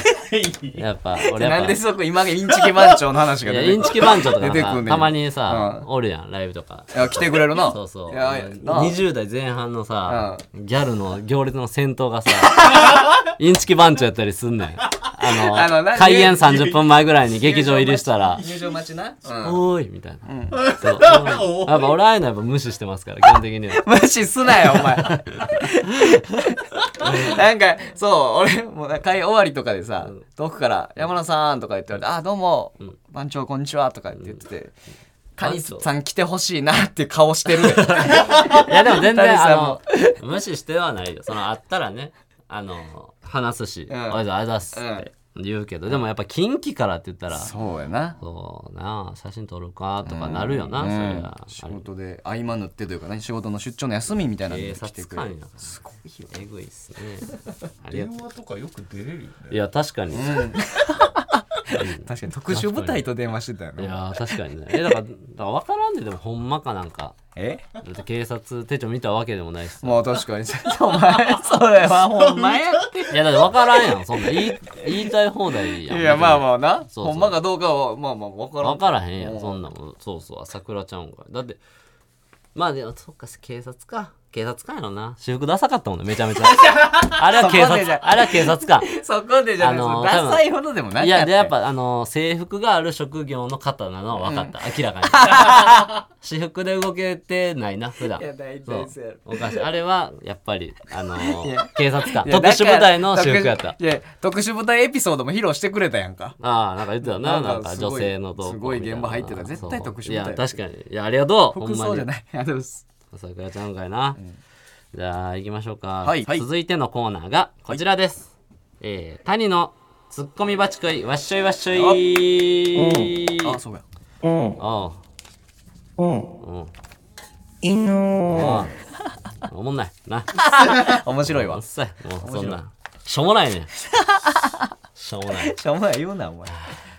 Speaker 2: やっぱ俺やっぱ
Speaker 3: なんでそこ今インチキ番長の話が
Speaker 2: いや
Speaker 3: 出て
Speaker 2: インチキ番長とか
Speaker 3: 出てくんね
Speaker 2: さ
Speaker 3: ん
Speaker 2: たまにさ、
Speaker 3: うん
Speaker 2: おるやんライブとか
Speaker 3: いや来てくれるな
Speaker 2: そうそう。
Speaker 3: いやいやな
Speaker 2: 20代前半のさ、ギャルの行列の先 頭がさ、インチキ番長やったりすんねん。あ
Speaker 3: あ
Speaker 2: の、
Speaker 3: のな
Speaker 2: 開演30分前ぐらいに劇場入りしたら、
Speaker 3: 入場待ちな、うん、
Speaker 2: おーいみたい な。そうおーいやっぱ俺ああいうのやっぱ無視してますから、基本的には。
Speaker 3: 無視すなよお前なんかそう俺もう会終わりとかでさ、遠くから「山田さん」とか言って言われて「あどうも、番長こんにちは」とかって言ってて。カニさん来てほしいなっていう顔してる で
Speaker 2: いやでも 全
Speaker 3: 谷
Speaker 2: 然、
Speaker 3: さん
Speaker 2: あ
Speaker 3: も
Speaker 2: の、無視してはないよ。その、あったらね、あの、話すし、お
Speaker 3: ん
Speaker 2: はようございますって言うけど、でもやっぱ近畿からって言ったら、
Speaker 3: そうやな
Speaker 2: そうなあ、写真撮るかとかなるよな、それは。
Speaker 3: 仕事で合間縫ってというかね仕事の出張の休みみたいなの
Speaker 2: 警
Speaker 3: で来て
Speaker 2: 察
Speaker 3: くれ
Speaker 2: 官
Speaker 3: る
Speaker 2: やな。
Speaker 3: すごいよ
Speaker 2: えぐいっすね。ありが
Speaker 5: 電
Speaker 2: と
Speaker 5: 話とかよく出れるよ
Speaker 2: う。い
Speaker 5: ね。
Speaker 2: や、確かに。
Speaker 3: 確かに特殊部隊と電話してたよ
Speaker 2: い
Speaker 3: ね
Speaker 2: や、確かにね。え、だから、だから分からんで、でも、ほんまかなんか。
Speaker 5: え
Speaker 2: だって警察手帳見たわけでもないしさ
Speaker 3: もう確かに お前それはほんまやって
Speaker 2: いやだって分からんやんそんなん言い言いたい放題やん
Speaker 3: いやまあまあな
Speaker 2: そうそう
Speaker 3: ほんまかどうかはまあまあ分からん
Speaker 2: 分からへんやんそんなんそうそう朝倉ちゃうんかだってまあでもそっか警察か警察官やろな私服ダサかったもんねめちゃめちゃあれは警
Speaker 3: そこまでじゃ
Speaker 2: 察あれは警察官
Speaker 3: そこでじゃない、
Speaker 2: あのー
Speaker 3: そ
Speaker 2: 多
Speaker 3: う
Speaker 2: 分
Speaker 3: ダサいほどでもない
Speaker 2: いやでやっ
Speaker 3: ぱ
Speaker 2: ぱあの制服がある職業の方なのは分かった、 明らかに私服で動けてないな普段
Speaker 3: いや大体そうやろ
Speaker 2: おかしいあれはやっぱり あの
Speaker 3: や
Speaker 2: 警察官特殊部隊の私服やった
Speaker 3: いや特殊部隊エピソードも披露してくれたやんか
Speaker 2: ああなんか言ってた
Speaker 3: な
Speaker 2: ななん
Speaker 3: んか
Speaker 2: か
Speaker 3: すごい
Speaker 2: 女性の動向みたな
Speaker 3: すごい現場入ってた絶対特殊部隊
Speaker 2: いや確かにいやありがとう
Speaker 3: 服装じゃ
Speaker 2: い
Speaker 3: ないい やでも
Speaker 2: 桜ちゃうんかいな、じゃあ行きましょうか、
Speaker 3: はいはい
Speaker 2: 続いてのコーナーがこちらです、えー谷のツッコミバチクイわっしょいわっしょい
Speaker 3: あそうや
Speaker 5: うん
Speaker 2: あ
Speaker 5: うん
Speaker 2: あうん
Speaker 5: 犬
Speaker 2: ああおもんないな
Speaker 3: 面白い
Speaker 2: お
Speaker 3: わ
Speaker 2: っさいもうそんなしょうもな いねんしょうもない
Speaker 3: しょうもない言うなお前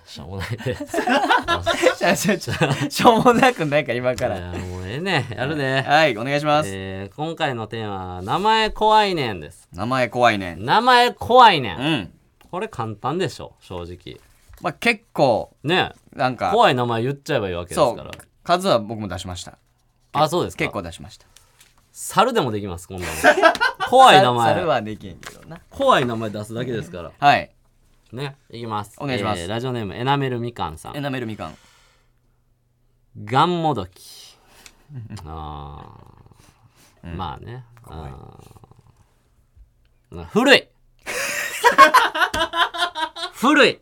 Speaker 2: しょうもないで
Speaker 3: ちょちょちょしょうもなくないか今か
Speaker 2: い
Speaker 3: ら
Speaker 2: やもうええねやるで、
Speaker 3: はいお願いします、
Speaker 2: えー今回のテーマは「名前怖いねん」です
Speaker 3: 名前怖いねん
Speaker 2: 名前怖いね
Speaker 3: うんん
Speaker 2: これ簡単でしょ正直
Speaker 3: まあ結構
Speaker 2: ね
Speaker 3: なんか
Speaker 2: 怖い名前言っちゃえばいいわけです
Speaker 3: そ
Speaker 2: から
Speaker 3: う数は僕も出しました
Speaker 2: あそうですか
Speaker 3: 結構出しました
Speaker 2: 猿でもできますこんなの怖い名
Speaker 3: 猿
Speaker 2: 前
Speaker 3: はできんけどな
Speaker 2: 怖い名前出すだけですから
Speaker 3: はい
Speaker 2: ねいきます
Speaker 3: お願いします
Speaker 2: えーラジオネームエナメルみかんさ
Speaker 3: エ
Speaker 2: ん
Speaker 3: ナメルみかん
Speaker 2: ガンも どきあー、まあねあー古い 古い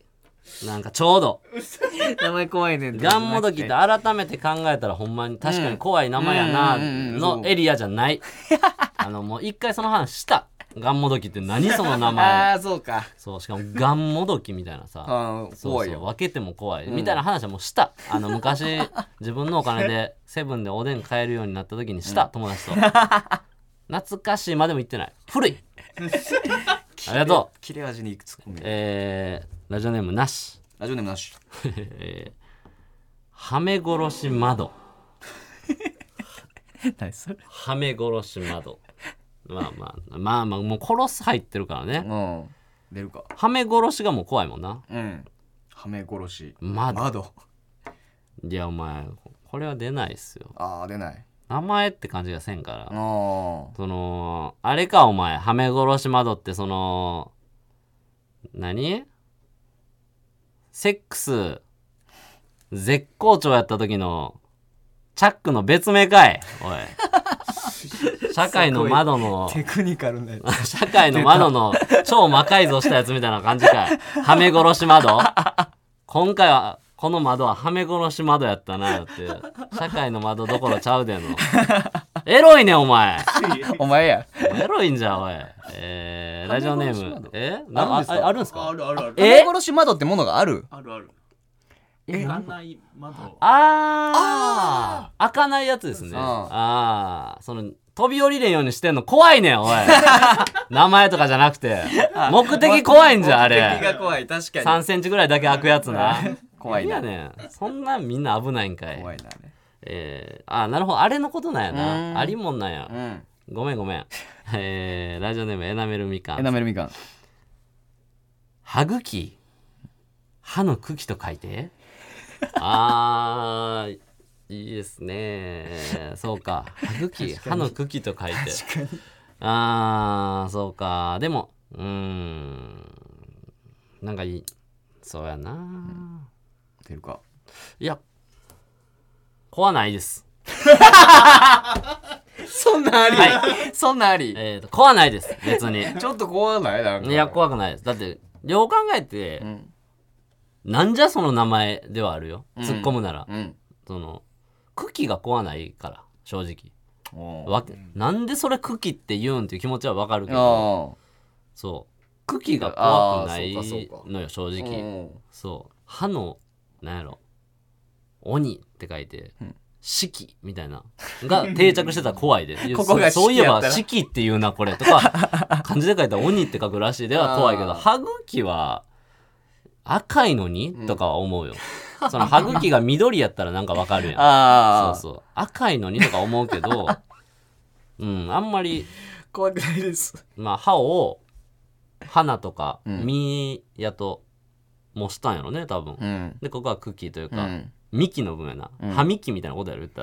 Speaker 2: なんかちょうど
Speaker 3: 名前怖いねんってことじ
Speaker 2: ガ
Speaker 3: ゃなく
Speaker 2: ンモドキって改めて考えたらほんまに確かに怖い名前やな
Speaker 3: うんうんうんうん
Speaker 2: のエリアじゃない あのもう一回その話したガンモドキって何その名
Speaker 3: あ
Speaker 2: 前
Speaker 3: あそうか
Speaker 2: そうしかもガンモドキみたいなさ
Speaker 3: あー
Speaker 2: そう
Speaker 3: 怖い
Speaker 2: そう
Speaker 3: よ
Speaker 2: 分けても怖いみたいな話はもうしたあの昔 自分のお金でセブンでおでん買えるようになった時にした友達と懐かしいまでも言ってない古いありがとう
Speaker 3: 切れ味にいくつっ込み
Speaker 2: えーラジオネームなし
Speaker 3: ラジオネームなし
Speaker 2: はめ殺し窓
Speaker 3: 何それ
Speaker 2: はめ殺し窓まあまあまあまあもう殺す入ってるからね
Speaker 3: うん出るか
Speaker 2: はめ殺しがもう怖いもんな
Speaker 3: うんはめ殺し
Speaker 2: 窓
Speaker 3: 窓
Speaker 2: いやお前これは出ないっすよ
Speaker 3: ああ出ない
Speaker 2: 名前って感じがせんから
Speaker 3: あ
Speaker 2: そのあれかお前はめ殺し窓ってその何セックス絶好調やった時のチャックの別名かいおい社会の窓の
Speaker 3: あテクニカルなやつ
Speaker 2: 社会の窓の超魔改造したやつみたいな感じかい。はめ殺し窓今回は、この窓ははめ殺し窓やったなって。社会の窓どころちゃうでんの。エロい ねん、お前。
Speaker 3: お前や
Speaker 2: エロいんじゃん、おい。えー、ラジオネーム。えなあああるんすか
Speaker 6: あるあるある
Speaker 3: はめ殺し窓ってものがある
Speaker 6: あるある
Speaker 2: え
Speaker 6: 開かない窓
Speaker 2: あー開かないやつですね。ああーその、飛び降りれんようにしてんの怖いね ん、おい。名前とかじゃなくて。目的怖いんじゃん、あれ。
Speaker 3: 敵が怖い確かに
Speaker 2: 3センチぐらいだけ開くやつな。
Speaker 3: 怖い
Speaker 2: いや
Speaker 3: な
Speaker 2: ねん。そんなんみんな危ないんかい。
Speaker 3: 怖いなね
Speaker 2: えー、あー、なるほど。あれのことなんや
Speaker 3: う
Speaker 2: な。
Speaker 3: ん
Speaker 2: ありもんなんや
Speaker 3: う。ん
Speaker 2: ごめんごめん。えー、ラジオネームエナメルみか
Speaker 3: エナ
Speaker 2: ん。
Speaker 3: メルみかん
Speaker 2: 歯茎歯の茎と書 いて。あー、いいですね。そうか。歯茎歯の茎と書いて。あー、そうか。でも、うーん。なんかいい。そうやな。
Speaker 3: 出るか
Speaker 2: いや、怖ないです。
Speaker 3: そんなありそんなあり
Speaker 2: えーと、怖ないです、別 に。い
Speaker 3: ちょっと怖ないなんか
Speaker 2: や、怖くないです。だって、よう考えて、
Speaker 3: ん
Speaker 2: なんじゃその名前ではあるよ。
Speaker 3: ん
Speaker 2: 突っ込むなら。
Speaker 3: うん
Speaker 2: その、茎が怖ないから、正直。
Speaker 3: おー
Speaker 2: わけなんでそれ茎って言うんっていう気持ちはわかるけど、
Speaker 3: あ
Speaker 2: そう。茎が怖くない
Speaker 3: あーそうかそうか
Speaker 2: のよ、正
Speaker 3: ー
Speaker 2: 直。
Speaker 3: うん
Speaker 2: そう。歯の、なんやろ、鬼って書いて、四季みたいな、が定着してたら怖 いで。
Speaker 3: ここが
Speaker 2: そそうい
Speaker 3: 四
Speaker 2: え
Speaker 3: 季やっ
Speaker 2: ば
Speaker 3: たら
Speaker 2: 四季って言うな、これ。とか、漢字で書いたら鬼って書くらしいでは怖いけど、
Speaker 3: あー
Speaker 2: 歯茎は、赤いのに、とかは思うよその歯茎が緑やったらなんかわかるやん
Speaker 3: ああ
Speaker 2: そうそう赤いのにとか思う けどうんあんまり、
Speaker 3: 怖くないです
Speaker 2: まあ、歯を花とか
Speaker 3: ん
Speaker 2: 実やと模したんやろね多分、
Speaker 3: うん
Speaker 2: でここは茎という
Speaker 3: う
Speaker 2: か、
Speaker 3: ん
Speaker 2: 幹の部分やな、
Speaker 3: ん
Speaker 2: 歯幹みたいなことやろ言った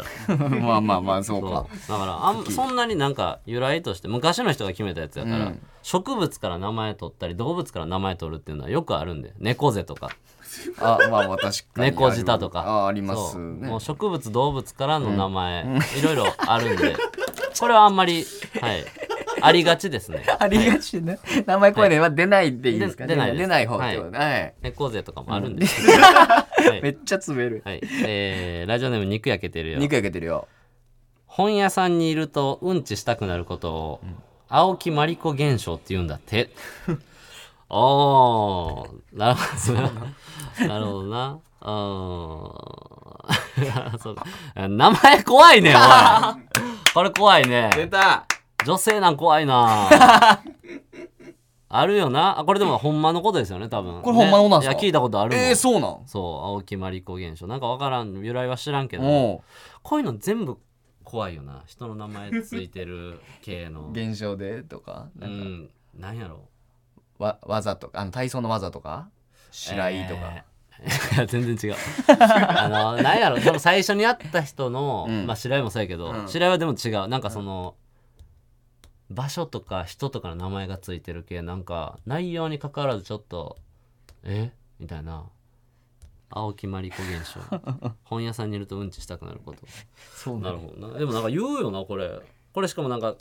Speaker 2: ら
Speaker 3: まあまあまあそう
Speaker 2: そう
Speaker 3: か
Speaker 2: だからあんそんなになんか由来として昔の人が決めたやつやから、
Speaker 3: うん
Speaker 2: 植物から名前取ったり動物から名前取るっていうのはよくあるんで猫背とか
Speaker 3: あまあまあ確かに
Speaker 2: 猫舌とか
Speaker 3: あああります
Speaker 2: そうも
Speaker 3: ね
Speaker 2: う植物動物からの名前、いろいろあるんでこれはあんまりはいありがちです ね
Speaker 3: ありがちね名前声では出ないでいいですか
Speaker 2: で
Speaker 3: ね
Speaker 2: 出ないです
Speaker 3: 出ない方ってことねはい
Speaker 2: 猫背とかもあるんですけど、はい
Speaker 3: めっちゃ詰める
Speaker 2: はいえーラジオネーム肉焼けてるよ
Speaker 3: 肉焼けてるよ
Speaker 2: 本屋さんにいるとうんちしたくなることを青木まりこ現象って言うん だって。おー、なるほどな。なるほどな。うーん そうか。名前怖いね、おい。これ怖いね。
Speaker 3: た
Speaker 2: 女性なん怖いな。 あるよな。あこれでもほんまのことですよね、多分。
Speaker 3: これほんまのことなんすか
Speaker 2: ねいや、聞いたことあるもん
Speaker 3: えーそうなん
Speaker 2: そう、青木まりこ現象。なんかわからん、由来は知らんけど。
Speaker 3: お
Speaker 2: こういうの全部怖いよな人の名前ついてる系の
Speaker 3: う現象でとか
Speaker 2: う
Speaker 3: なんか
Speaker 2: んなんやろ
Speaker 3: わ技とかあの体操の技とか白井とか
Speaker 2: えー いや全然違うあのなんやろでも最初に会った人の、
Speaker 3: うん
Speaker 2: まあ白井もそうやけど、
Speaker 3: うん
Speaker 2: 白井はでも違うなんかその、場所とか人とかの名前がついてる系なんか内容に関わらずちょっとえみたいな青木まりこ現 象本屋さんにいるとうんちしたくなること
Speaker 3: そう
Speaker 2: なるほどな。でもなんか言うよな、これ。これしかもなんか、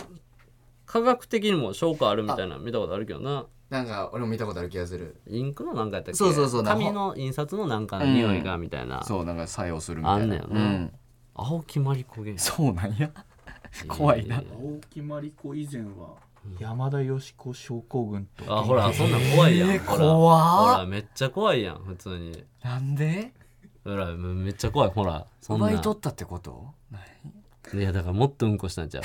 Speaker 2: 科学的にも証拠あるみたいな見たことあるけどな。
Speaker 3: なんか俺も見たことある気がする
Speaker 2: インクのなんかやったっけ
Speaker 3: そうそうそう
Speaker 2: 紙の印刷のなんかの匂いがみたいな。
Speaker 3: そうなんか作用するみたいな
Speaker 2: あんねや
Speaker 3: う
Speaker 2: なん青木まりこげ
Speaker 3: そうなんや怖いな
Speaker 6: 青木まりこ以前は山田よしこ症候群と
Speaker 2: あ、ほら、そんなん怖いやん。
Speaker 3: 怖
Speaker 2: ほら
Speaker 3: っ
Speaker 2: ほら、めっちゃ怖いやん、普通に。
Speaker 3: なんで
Speaker 2: ほら、めっちゃ怖い、ほら。そんな
Speaker 3: 奪
Speaker 2: ん
Speaker 3: い取ったってこと
Speaker 2: いや、だからもっとうんこしたんちゃう。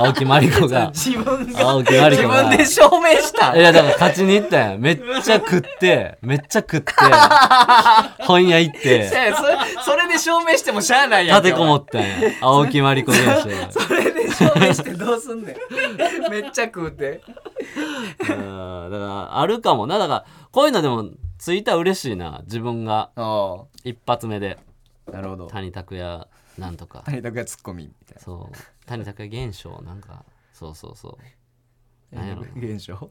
Speaker 2: 青木まり こが。
Speaker 3: 自分
Speaker 2: 青木まり
Speaker 3: 自
Speaker 2: こが。
Speaker 3: 分で証明した
Speaker 2: いや、だから勝ちに行ったんや。めっちゃ食って、めっちゃ食って、本屋行って、
Speaker 3: せそそれで証明してもしゃあないやん
Speaker 2: 立てこもったんや。青木まりこ現象。
Speaker 3: それで証明してどうすんね んめっちゃ食うて
Speaker 2: うんだから、あるかもな。だから、こういうのでも、ついたら嬉しいな。自分が
Speaker 3: あ
Speaker 2: 一発目で、
Speaker 3: あなるほど
Speaker 2: 谷拓也なんとか。
Speaker 3: 谷田がツッコミみたい
Speaker 2: そう。谷拓也現象、なんか、そうそうそう。なんやろな
Speaker 3: 現象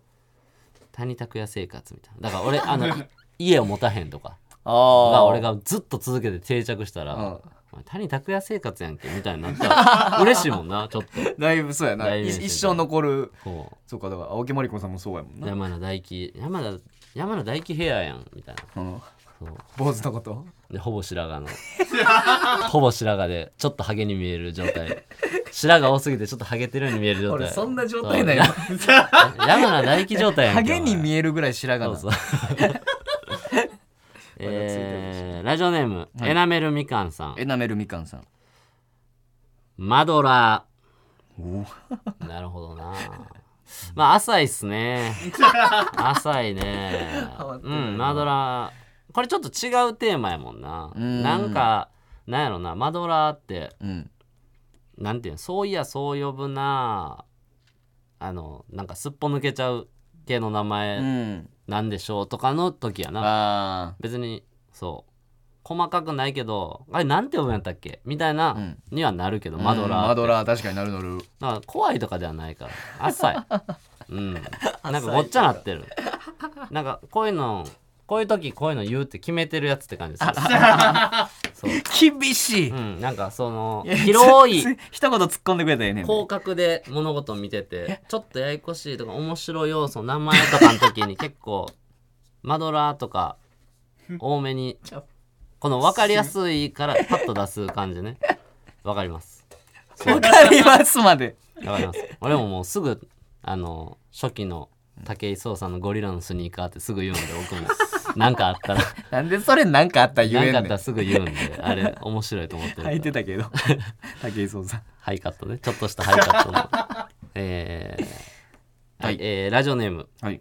Speaker 2: 谷拓也生活みたいな。だから俺、あの、家を持たへんとか。
Speaker 3: あ
Speaker 2: が
Speaker 3: あ
Speaker 2: 俺がずっと続けて定着したら、
Speaker 3: ん
Speaker 2: お前谷拓也生活やんけみたいになった ら嬉しいもんなちょっと
Speaker 3: だいぶそうやな
Speaker 2: だい
Speaker 3: い
Speaker 2: ぶ
Speaker 3: 一生残る
Speaker 2: こ
Speaker 3: そうかだから青木まりこさんもそうやもん
Speaker 2: う
Speaker 3: な
Speaker 2: 山田大輝山田山田大輝ヘアやんみたいな
Speaker 3: うん
Speaker 2: そう
Speaker 3: 坊主のこと
Speaker 2: でほぼ白 髪のほぼ白髪でちょっとハゲに見える状態白髪多すぎてちょっとハゲてるように見える状態
Speaker 3: 俺そんな状態なん
Speaker 2: よ
Speaker 3: や
Speaker 2: 山田大輝状態やんけ
Speaker 3: ハゲに
Speaker 2: お前
Speaker 3: 見えるぐらい白
Speaker 2: そう
Speaker 3: 髪
Speaker 2: そ
Speaker 3: な
Speaker 2: うえーラジオネーム、エナメルみかんさん
Speaker 3: エナメルみかんさん
Speaker 2: マドラ
Speaker 3: お
Speaker 2: ー。なるほどな。まあ、浅いっす ね。浅いね。うん、マドラー。これちょっと違うテーマやもんな。
Speaker 3: ん
Speaker 2: なんか、なんやろな、マドラーって、
Speaker 3: うん
Speaker 2: なんていうの、そういや、そう呼ぶな。あの、なんかすっぽ抜けちゃう系の名
Speaker 3: う
Speaker 2: 前
Speaker 3: ん
Speaker 2: なんでしょうとかの時やな。
Speaker 3: あ
Speaker 2: 別に、そう。細かくないけど、あれなんて呼ぶんやったっけみたいな、
Speaker 3: ん
Speaker 2: にはなるけど、
Speaker 3: あ
Speaker 2: マドラーって。
Speaker 3: マドラー確かになるなる
Speaker 2: なんか怖いとかではないから浅い うんなんかごっちゃなってるなんかこういうのこういう時こういうの言うって決めてるやつって感じ です
Speaker 3: 厳しい
Speaker 2: うんなんかその広い
Speaker 3: 一言突っ込んでくれたらええねん
Speaker 2: 広角で物事を見ててちょっとややこしいとか面白い要素名前とかの時に結構マドラーと か多めにこの分かりやすいからパッと出す感 じねわかります
Speaker 3: わかりますまで
Speaker 2: わかります。俺ももうすぐ、あの、初期の武井壮さんのゴリラのスニーカーってすぐ言うんで、僕も。なんかあったら、
Speaker 3: なんでそれなんかあったら言え
Speaker 2: なん
Speaker 3: ん
Speaker 2: かあ
Speaker 3: ね
Speaker 2: ったら
Speaker 3: ん
Speaker 2: すぐ言うんで、あれ面白いと思ってるから。
Speaker 3: 履いてた けど武井壮さん
Speaker 2: ハイカッ トね。ちょっとしたハイカットの。えー、はい、えーラジオネーム。
Speaker 3: はい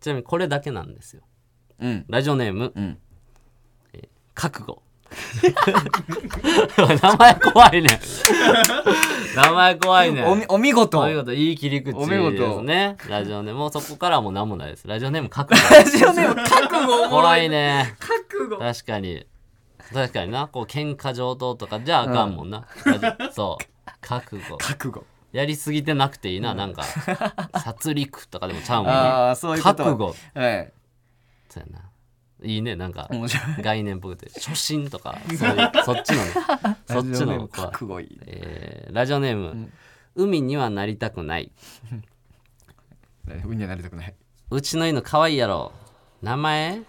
Speaker 2: ちなみにこれだけなんですよ。
Speaker 3: うん
Speaker 2: ラジオネーム、
Speaker 3: ん
Speaker 2: えー覚 悟名前怖いね名前怖いね
Speaker 3: おみお見事
Speaker 2: お見事いい切り口
Speaker 3: お見事
Speaker 2: ですねラジオネームもうそこからはもう何もないですラジオネーム覚悟
Speaker 3: ラジオネーム覚悟おもろ
Speaker 2: 怖
Speaker 3: い
Speaker 2: いね
Speaker 3: 覚悟
Speaker 2: 確かに確かになこう喧嘩上等とかじゃああかんもんな、ラジオそう覚悟
Speaker 3: 覚悟
Speaker 2: やりすぎてなくていいな、なんか殺戮とかでもちゃうもんね
Speaker 3: ああそういうこと
Speaker 2: 覚悟
Speaker 3: はい
Speaker 2: そうやないいねなんか
Speaker 3: 面白い
Speaker 2: 概念っぽくて初心とかそういうそっちのねそっち
Speaker 3: ラジオネー
Speaker 2: の
Speaker 3: ム
Speaker 2: 怖い
Speaker 3: 覚悟いい
Speaker 2: えーラジオネーム、海にはなりたくない
Speaker 3: 海にはなりたくないう
Speaker 2: ちの犬かわいいやろ名前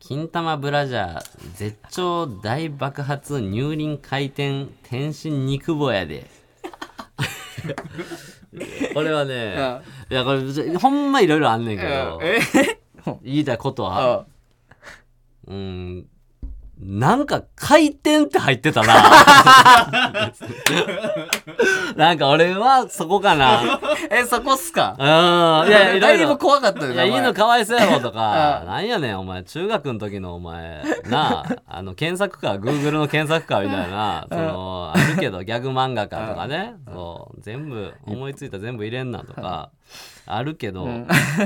Speaker 2: 金玉ブラジャー絶頂大爆発乳輪回転天津肉棒やで これはねいやこれほんまいろいろあんねんけど
Speaker 3: え
Speaker 2: 言いたいことは
Speaker 3: あ
Speaker 2: うーんなんか回転って入ってたな なんか俺はそこかな
Speaker 3: えそこっすか
Speaker 2: うんいやいろ
Speaker 3: だ
Speaker 2: い
Speaker 3: いぶ
Speaker 2: ろ
Speaker 3: 怖かったね
Speaker 2: いや、いいのかわいそうやろ と
Speaker 3: あ
Speaker 2: か
Speaker 3: あ、
Speaker 2: なんやねん、お前、中学の時のお前、な あ、あの、検索か、Google の検索かみたいな、その、あるけど、ギャグ漫画かとかね、そう、全部、思いついた全部入れんなとか、あるけど、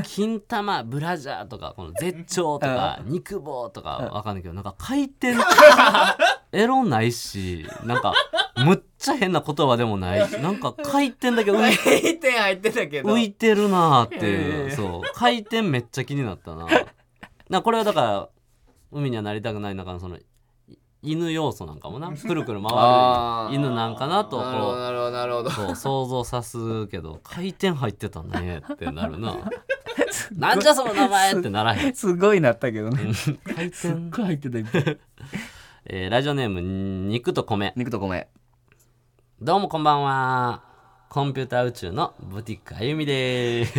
Speaker 2: 金玉、ブラジャーとか、この絶頂 とか、肉棒とか、わかんないけど、なんか回転、エロないし、なんか、むっちゃ変な言葉でもないし、なんか回転だけ浮いて
Speaker 3: 名前1点入ってたけど
Speaker 2: 浮いてるなーってい
Speaker 3: え
Speaker 2: う、
Speaker 3: え
Speaker 2: そう回転めっちゃ気になったななこれはだから海にはなりたくない中のそのい犬要素なん かもなくるくる
Speaker 3: あ
Speaker 2: 回
Speaker 3: ー
Speaker 2: る犬なんかなと
Speaker 3: なるほど
Speaker 2: こ
Speaker 3: なるほどなるほど
Speaker 2: うそう想像さすけど回転入ってたねってな るななんじゃその名前ってならへん
Speaker 3: すごいなったけどね
Speaker 2: 回転、
Speaker 3: ごい入ってた
Speaker 2: えーラジオネーム肉と米
Speaker 3: 肉と米
Speaker 2: どうもこんばんは。コンピューター宇宙のブティックあゆみです。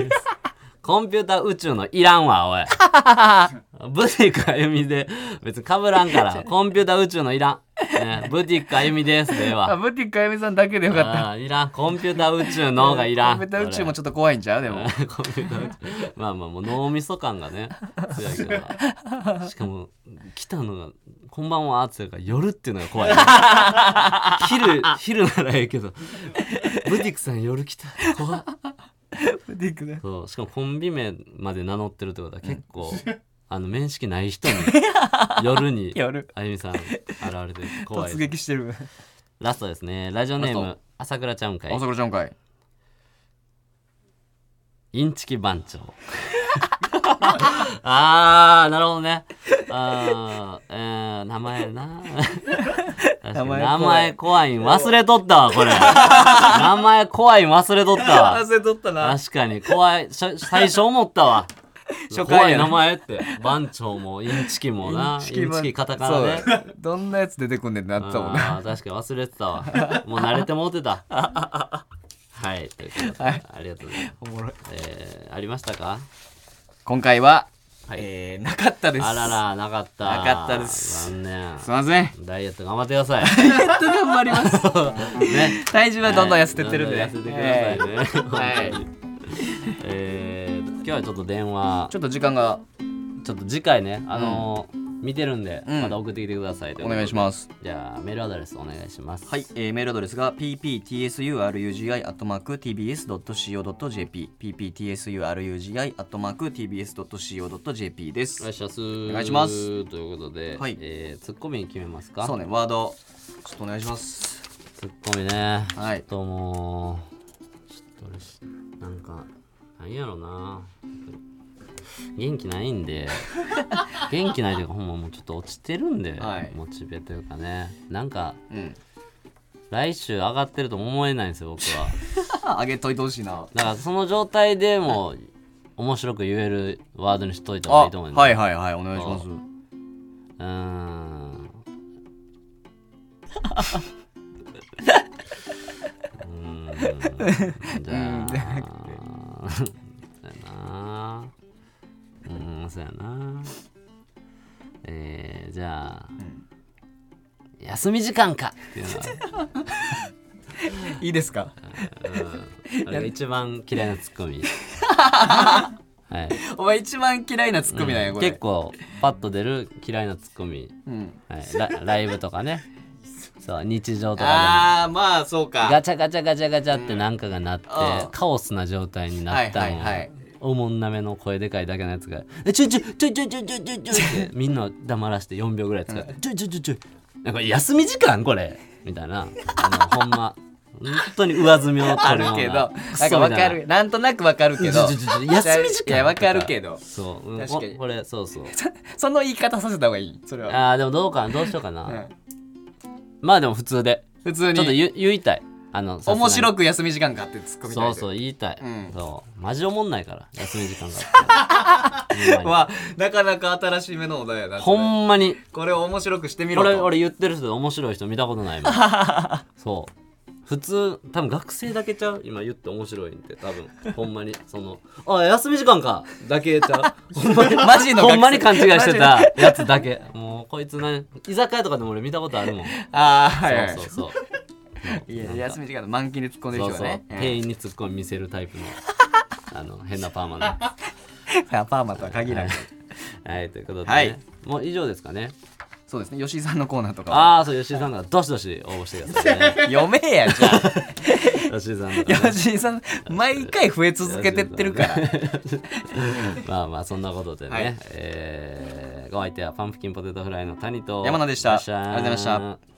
Speaker 2: コンピューター宇宙のいらんわ、おい。 ブティックあゆみで、別に被ら んから、コンピューター宇宙のいらん。ね、ブティックあゆみです、でええ
Speaker 3: あ
Speaker 2: わ。
Speaker 3: ブティックあやめさんだけでよかった
Speaker 2: あーいらん、コンピューター宇宙のがいらん。
Speaker 3: コンピューター宇宙もちょっと怖いんちゃうでも
Speaker 2: それコンピューター宇宙。 まあまあ、もう脳みそ感がね、強いけ ど。しかも、来たのが、こんばんはって言うから、夜っていうのが怖い、ね。昼、昼ならええけど、ブティックさん夜来た。怖っ。
Speaker 3: ブティックね
Speaker 2: そうしかもコンビ名まで名乗ってるってことは結構、あの面識ない人に夜に
Speaker 3: 夜
Speaker 2: あゆみさん現れて怖い
Speaker 3: 突
Speaker 2: です
Speaker 3: 撃してる
Speaker 2: ラストですねラジオネー
Speaker 3: ラ
Speaker 2: ム朝倉ちゃん会
Speaker 3: 朝倉ちゃんかい
Speaker 2: インチキ番長 ああなるほどねあー、えー、名前な確かに
Speaker 3: 前怖い
Speaker 2: 名前怖いん忘れとったわ これ名前怖いん忘れとったわ
Speaker 3: れとった
Speaker 2: 確かに怖いしょ最初思ったわ
Speaker 3: 初回やな
Speaker 2: 怖い名前って番長もインチキもなインチキカタカナで、
Speaker 3: そうどんなやつ出てくんねんってなってたもんな
Speaker 2: あー確かに忘れてたわもう慣れてもうてた はいということで、ありがとうございます
Speaker 3: おもろい
Speaker 2: えーありましたか
Speaker 3: 今回は
Speaker 2: はい
Speaker 3: えーなかったです
Speaker 2: あららなかった
Speaker 3: なかったです
Speaker 2: 残念
Speaker 3: すいません
Speaker 2: ダイエット頑張ってください
Speaker 3: やっと頑張ります
Speaker 2: ね
Speaker 3: 体重は どんどん痩せてってるんで、
Speaker 2: はいどんどん痩せてくだ
Speaker 3: は
Speaker 2: さいね、本当にえー今日はちょっと電話
Speaker 3: ちょっと時間が
Speaker 2: ちょっと次回ね、あのー見てるんで、
Speaker 3: ん
Speaker 2: また送ってきてください。
Speaker 3: お願いします。
Speaker 2: じゃあ、メールアドレスお願いします。
Speaker 3: はい、えー、メールアドレスが pptsurugi.tbs.co.jp pptsurugi.tbs.co.jp で
Speaker 2: お
Speaker 3: す
Speaker 2: 願い。します。
Speaker 3: お願いします
Speaker 2: ということで、
Speaker 3: はい
Speaker 2: えーツッコミ決めますか
Speaker 3: そうね、ワード、ちょっとお願いします。
Speaker 2: ツッコミね。
Speaker 3: はい
Speaker 2: ちょっともう、ちょっと俺し、なんか、なんやろな。元気ないん で元気ないというかほんまもうちょっと落ちてるんで、
Speaker 3: はい
Speaker 2: モチベというかねなんか
Speaker 3: うん。
Speaker 2: 来週上がってると思えないんですよ僕 は
Speaker 3: ああげといてほしいな。
Speaker 2: だからその状態でも面白く言えるワードにしといた
Speaker 3: あ、
Speaker 2: 方がいいと思う、ね、
Speaker 3: はいはいはい、お願いします。
Speaker 2: うーんうーんじゃあそうやなうーんそうやなえー、じゃあ、休み時間かっていうのはい
Speaker 3: いですか
Speaker 2: あれが一番嫌いなツッコミ。はい
Speaker 3: お前一番嫌いなツッコミなんやこれ
Speaker 2: 結構パッと出る嫌いなツッコミ、
Speaker 3: うん
Speaker 2: はい、ラライブとかねそう日常とか
Speaker 3: ああまあそう
Speaker 2: でも
Speaker 3: か
Speaker 2: ガチャガチャガチャガチャってなんかがなって、
Speaker 3: うん
Speaker 2: カオスな状態になったのを、
Speaker 3: はいはいはい
Speaker 2: おもんなめの声でかいだけのやつが「えちょいちょいちょいちょいちょいちょいちょいちょい」ってみんなを黙らして4秒ぐらい使って「ちょいちょいちょいちょい」なんか休み時間これみたいなあのほんま本当に上積みを
Speaker 3: あ
Speaker 2: 取る
Speaker 3: るけ
Speaker 2: ような
Speaker 3: ど
Speaker 2: ク
Speaker 3: な
Speaker 2: ソ
Speaker 3: んかわ
Speaker 2: みた
Speaker 3: か
Speaker 2: いな
Speaker 3: るなんとなくわかるけど
Speaker 2: ちょちょちょちょ休み時間
Speaker 3: いやわかるけど
Speaker 2: そう、うん、
Speaker 3: 確かに
Speaker 2: ここれそ うそう
Speaker 3: その言い方させた方がいいそれは
Speaker 2: あーでもどうかなどうしようかな、
Speaker 3: うん
Speaker 2: まあでも普通で
Speaker 3: 普通
Speaker 2: ちょっと
Speaker 3: に
Speaker 2: 言言いたいあの
Speaker 3: 面白
Speaker 2: く
Speaker 3: く休み時間があってツッコミ
Speaker 2: そう
Speaker 3: う
Speaker 2: そう言いたい、
Speaker 3: ん
Speaker 2: そうマジおもんない から休み時間があってほんまに
Speaker 3: はなかなか新しめのお題やなそ
Speaker 2: ほ
Speaker 3: れ
Speaker 2: んまに
Speaker 3: これを面白くしてみろ
Speaker 2: 俺
Speaker 3: と
Speaker 2: 俺言ってる人で面白い人見たこ とないもんそう普通多分学生だけちゃう今言って面白いんで多分ほんまにその「あ休み時間か」だけちゃ うほんまに
Speaker 3: マジの学生
Speaker 2: ほんまに勘違いしてたやつだけもうこいつな居酒屋とかでも俺見たことあるもん
Speaker 3: ああはいはい
Speaker 2: そうそうそう
Speaker 3: いや休み時間の満勤で突っ込んでる
Speaker 2: そう
Speaker 3: 人
Speaker 2: そ
Speaker 3: は
Speaker 2: う、
Speaker 3: ね
Speaker 2: 店員に突っ込み見せる タイプのあの変なパーマのは
Speaker 3: うんパーマとは限らない
Speaker 2: いということで、ね
Speaker 3: はい
Speaker 2: もう以上ですかね
Speaker 3: そうですね吉井さんのコーナーとかは
Speaker 2: ああそう吉井さんがどしどし応募してください ね
Speaker 3: 読めやじゃあ
Speaker 2: 吉井さんだからね
Speaker 3: 吉井さん毎回増え続けてってるから
Speaker 2: まあまあそんなことでね、
Speaker 3: はい
Speaker 2: えー、お相手はパンプキンポテトフライの谷と
Speaker 3: 山名でした
Speaker 2: いらっしゃ
Speaker 3: ありがとうございました